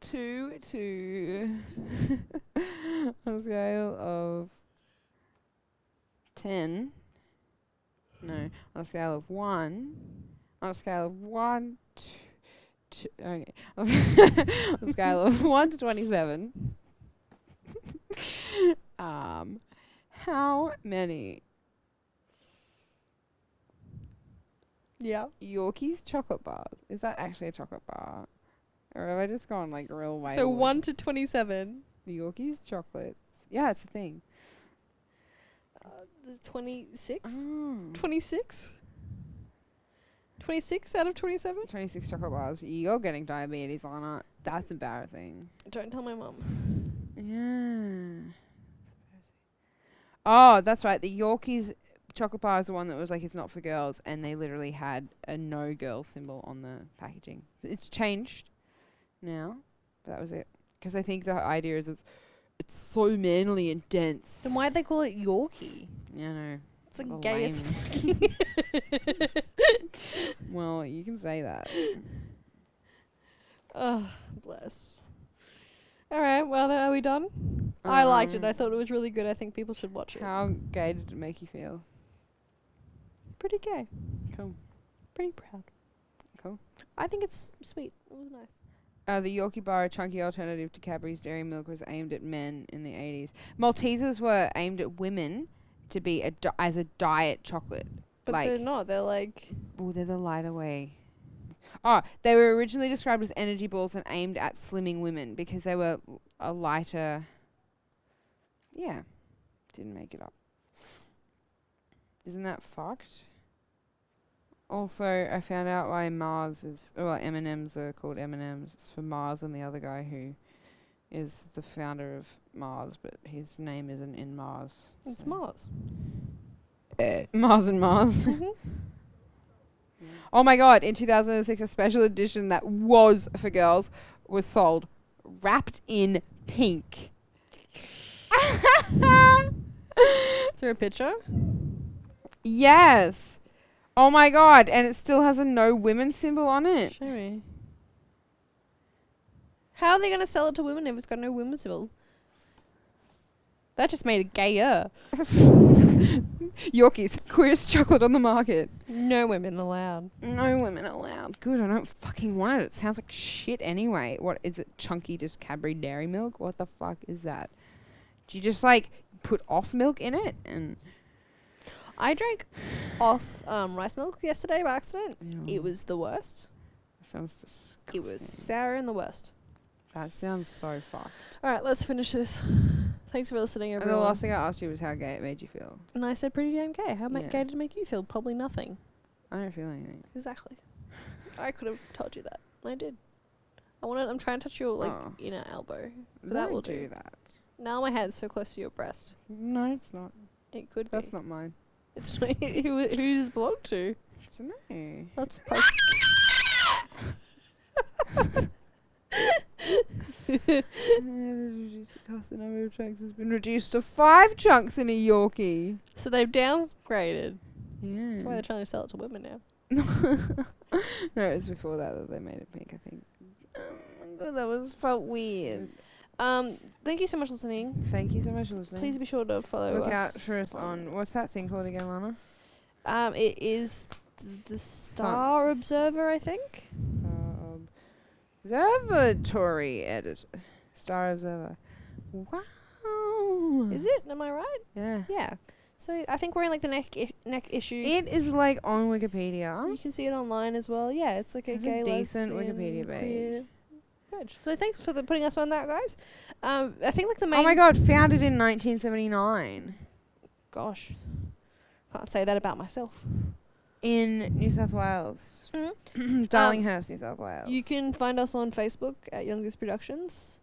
two, two, on a scale of ten. No, on a scale of one. on a scale of one to, to okay, on a scale of one to twenty-seven, um, how many Yeah. Yorkies chocolate bars? Is that actually a chocolate bar, or have I just gone like real way? So one to twenty-seven. Yorkies chocolates. Yeah, it's a thing. Uh, Twenty-six. Oh. Twenty-six. Twenty-six out of twenty-seven. 26 chocolate bars. You're getting diabetes, Lana. That's embarrassing. Don't tell my mum. Yeah. Oh, that's right. The Yorkies chocolate bar is the one that was like it's not for girls, and they literally had a no girl symbol on the packaging. It's changed now. but That was it. Because I think the idea is it's, it's so manly and dense. Then why'd they call it Yorkie? Oh, Yeah, no. It's like Well, gay as Oh, lame. fucking. Well, you can say that. oh, bless. All right. Well, then are we done? I liked it. I Um, thought it was really good. I think people should watch it. How gay did it make you feel? Pretty gay. Cool. Pretty proud. Cool. I think it's sweet. It was nice. Uh, the Yorkie bar, a chunky alternative to Cadbury's Dairy Milk, was aimed at men in the 80s. Maltesers were aimed at women to be a di- as a diet chocolate. But like, they're not. They're like oh, they're the lighter way. Oh, they were originally described as energy balls and aimed at slimming women because they were l- a lighter. Yeah, didn't make it up. Isn't that fucked? Also, I found out why Mars is oh, well, M and M's are called M and M's. It's for Mars and the other guy who is the founder of Mars, but his name isn't in Mars. it's so- Mars. Eh, Mars and Mars. Oh my god, in 2006, a special edition that was for girls was sold wrapped in pink. Is there a picture? yes. Oh my god, and it still has a no women symbol on it. Show me. How are they gonna sell it to women if it's got no women's symbol? That just made it gayer. Yorkies, queerest chocolate on the market. No women allowed. No women allowed. Good, I don't fucking want it. It sounds like shit anyway. What is it? Chunky, just Cadbury dairy milk? What the fuck is that? Do you just like put off milk in it and I drank off um, rice milk yesterday by accident. Ew. It was the worst. That sounds disgusting. It was sour and the worst. That sounds so fucked. All right, let's finish this. Thanks for listening, And the everyone. last thing I asked you was how gay it made you feel. and I said pretty damn gay. How ma- Yeah. gay did it make you feel? Probably nothing. I don't feel anything. Exactly. I could have told you that. and I did. I want to. I'm trying to touch your like Oh. inner elbow. But Don't that will do do. that. Now my hand's so close to your breast. No, it's not. It could That's be. not mine. It's not who who this belong to. It's a no. That's post. Reduced cost. The number of chunks has been reduced to five chunks in a Yorkie. so they've downgraded. Yeah. That's why they're trying to sell it to women now. no, it was before that that they made it pink. I think. Oh my god, that was felt weird. Um, thank you so much for listening. Thank you so much for listening. Please be sure to follow look us. out for us on what's that thing called again, Lana? Um, it is th- the Star Observer, I think. Um, observatory edit. Star Observer. Wow. Is it? Am I right? Yeah. Yeah. So I think we're in like the neck I- neck issue. It is like on Wikipedia. You can see it online as well. Yeah, it's like a It's a gay decent lesbian, Wikipedia page. queer page. So thanks for the putting us on that, guys. Um, I think like the main. Oh my god, founded in 1979 Gosh, can't say that about myself. in New South Wales. Mhm. Darlinghurst, New South Wales. Um, You can find us on Facebook at Young Goose Productions,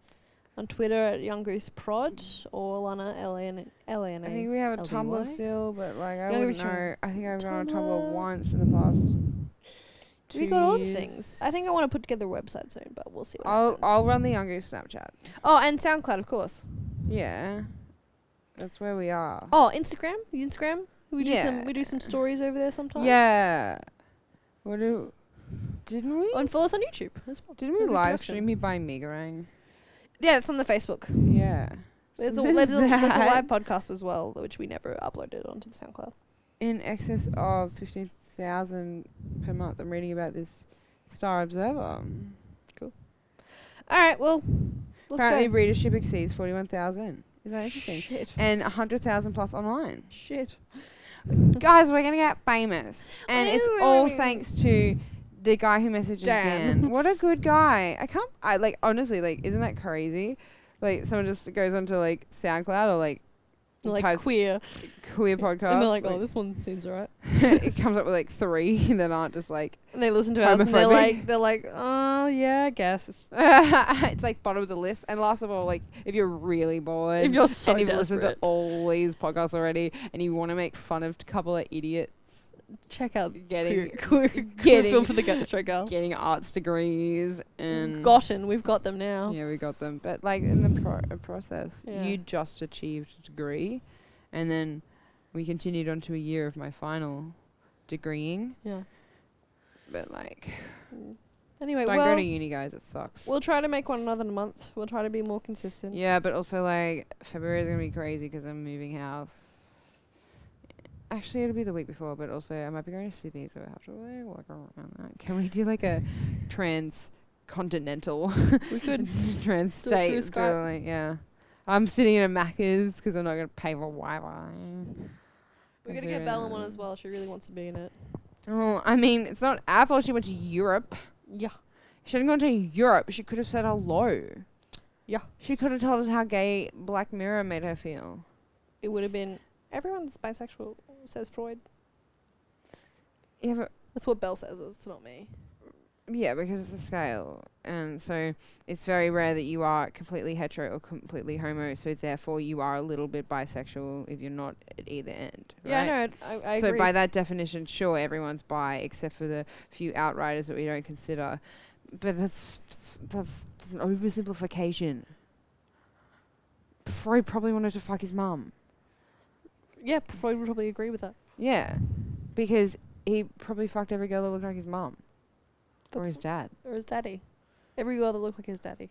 on Twitter at Young Goose Prod or Lana L A N L A N I think we have a Tumblr LDY? still, but like I Yeah, wouldn't sure. know. I think I've gone on Tumblr. Tumblr once in the past. A. We two got all the years. things. I think I want to put together a website soon, but we'll see. What I'll happens. I'll run the Young Goose Snapchat. oh, and SoundCloud, of course. Yeah, that's where we are. Oh, Instagram, Instagram. We do Yeah. some we do some stories over there sometimes. Yeah. What do? Didn't we? And follow us on YouTube as well. didn't we Young Goose live Production. stream me buying Megarang? Yeah, it's on the Facebook. Yeah. There's a, So there's, a, there's there's a that. live podcast as well, which we never uploaded onto SoundCloud. In excess of fifteen thousand per month. I'm reading about this Star Observer. All right, well, Let's apparently go. readership exceeds forty-one thousand. Isn't that interesting? Shit. And hundred thousand plus online. Shit. Guys, we're gonna get famous, and it's all Woo. thanks to the guy who messages Dan. Dan. What a good guy! I can't. I like honestly, like, isn't that crazy? Like, someone just goes onto like SoundCloud or like Like types queer. queer podcast. And they're like, oh, this one seems alright. it comes up with like three that aren't just like And they listen to us and they're Homophobic. like, they're like, oh yeah, I guess. It's- it's like bottom of the list. And last of all, like if you're really bored, If you're so and you've listened to desperate. all these podcasts already, and you want to make fun of a couple of idiots Check out Getting- queer, queer, queer getting- film for the gut straight girl. getting arts degrees and Gotten, we've got them now. yeah, we got them. But like in the pro- uh, process, Yeah. you just achieved a degree, and then we continued on to a year of my final degreeing. Yeah. But like, Anyway, don't well, go to uni, guys. It sucks. we'll try to make one another in a month. We'll try to be more consistent. Yeah, but also like February is gonna be crazy 'cause I'm moving house. Actually, it'll be the week before, but also I might be going to Sydney, so I have to like work around that. Can we do like a transcontinental, We could. trans Do it through state? Skype. Like, yeah, I'm sitting in a Macca's 'cause I'm not gonna pay for Wi-Fi. We're gonna get Belle in one as well. She really wants to be in it. Oh, I mean, it's not our fault. She went to Europe. Yeah. She hadn't gone to Europe. She could have said hello. Yeah. She could have told us how gay Black Mirror made her feel. It would have been everyone's bisexual, says Freud. Yeah, but That's what Belle says. It's not me. yeah, because it's a scale, and so it's very rare that you are completely hetero or completely homo. So therefore, you are a little bit bisexual if you're not at either end. Yeah, right? no, it- I, I so agree. by that definition, sure, everyone's bi except for the few outriders that we don't consider. But that's that's, that's an oversimplification. Freud probably wanted to fuck his mum. yeah, Freud would probably agree with that. Yeah, because he probably fucked every girl that looked like his mum or That's his dad. Or his daddy. Every girl that looked like his daddy.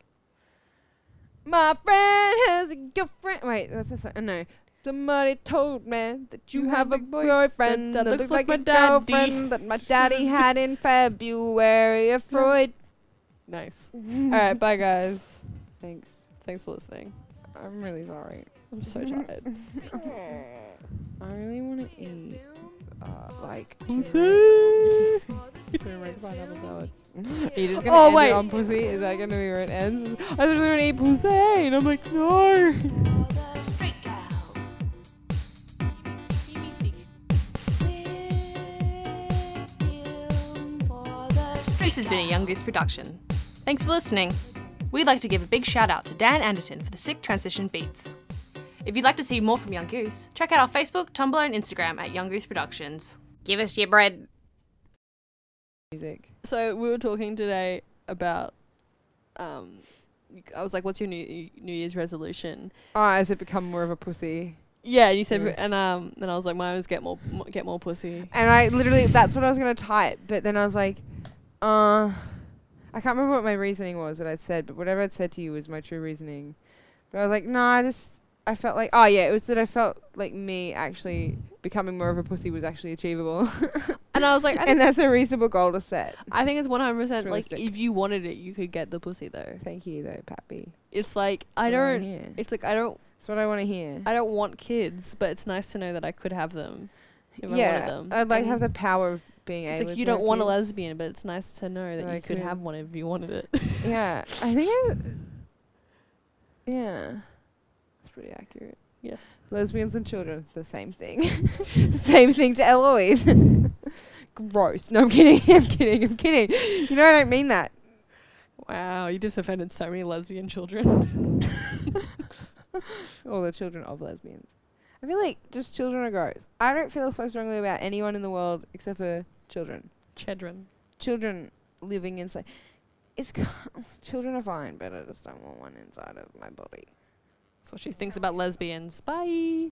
My friend has a girlfriend. Wait, that's the song. No. Somebody told me that you, have, a boyfriend that, looks like, a my daddy. girlfriend that my daddy had in February. A Freud. Nice. All right, bye guys. Thanks. Thanks for listening. I'm really sorry. I'm so tired. I really want to eat, uh, like. Are you just gonna Oh, end wait. it on pussy? Is that gonna be where it ends? I just really want to eat pussy, and I'm like, no. This has been a Young Goose production. Thanks for listening. We'd like to give a big shout out to Dan Anderton for the sick transition beats. If you'd like to see more from Young Goose, check out our Facebook, Tumblr, and Instagram at Young Goose Productions. Give us your bread. Music. so we were talking today about. Um, I was like, "What's your new New Year's resolution?" Ah, I said become more of a pussy. Yeah, and you said, Yeah. and um, then I was like, "Mine was get more m- get more pussy." And I literally, that's what I was going to type. But then I was like, uh, I can't remember what my reasoning was that I'd said, but whatever I'd said to you was my true reasoning. But I was like, no, I just, I felt like, oh yeah, it was that I felt like me actually becoming more of a pussy was actually achievable. And I was like, I, and that's a reasonable goal to set. I think it's one hundred percent like Realistic. if you wanted it, you could get the pussy though. Thank you though, Pappy. It's like I don't. It's like I don't That's what I want to hear. I don't want kids, but it's nice to know that I could have them. If I yeah, wanted them. I'd like to And have the power of being It's able like to you don't have want a kids. lesbian, but it's nice to know that That I you could could. have one if you wanted it. Yeah, I think I. Yeah, that's pretty accurate. Yeah. lesbians and children, the same thing. same thing to Eloise. Gross. No, I'm kidding. I'm kidding. I'm kidding. You know I don't mean that. wow, you just offended so many lesbian children. All the children of lesbians. I feel like just children are gross. I don't feel so strongly about anyone in the world except for children. Children. Children living inside. It's ki- children are fine, but I just don't want one inside of my body. That's what she thinks about lesbians. Bye.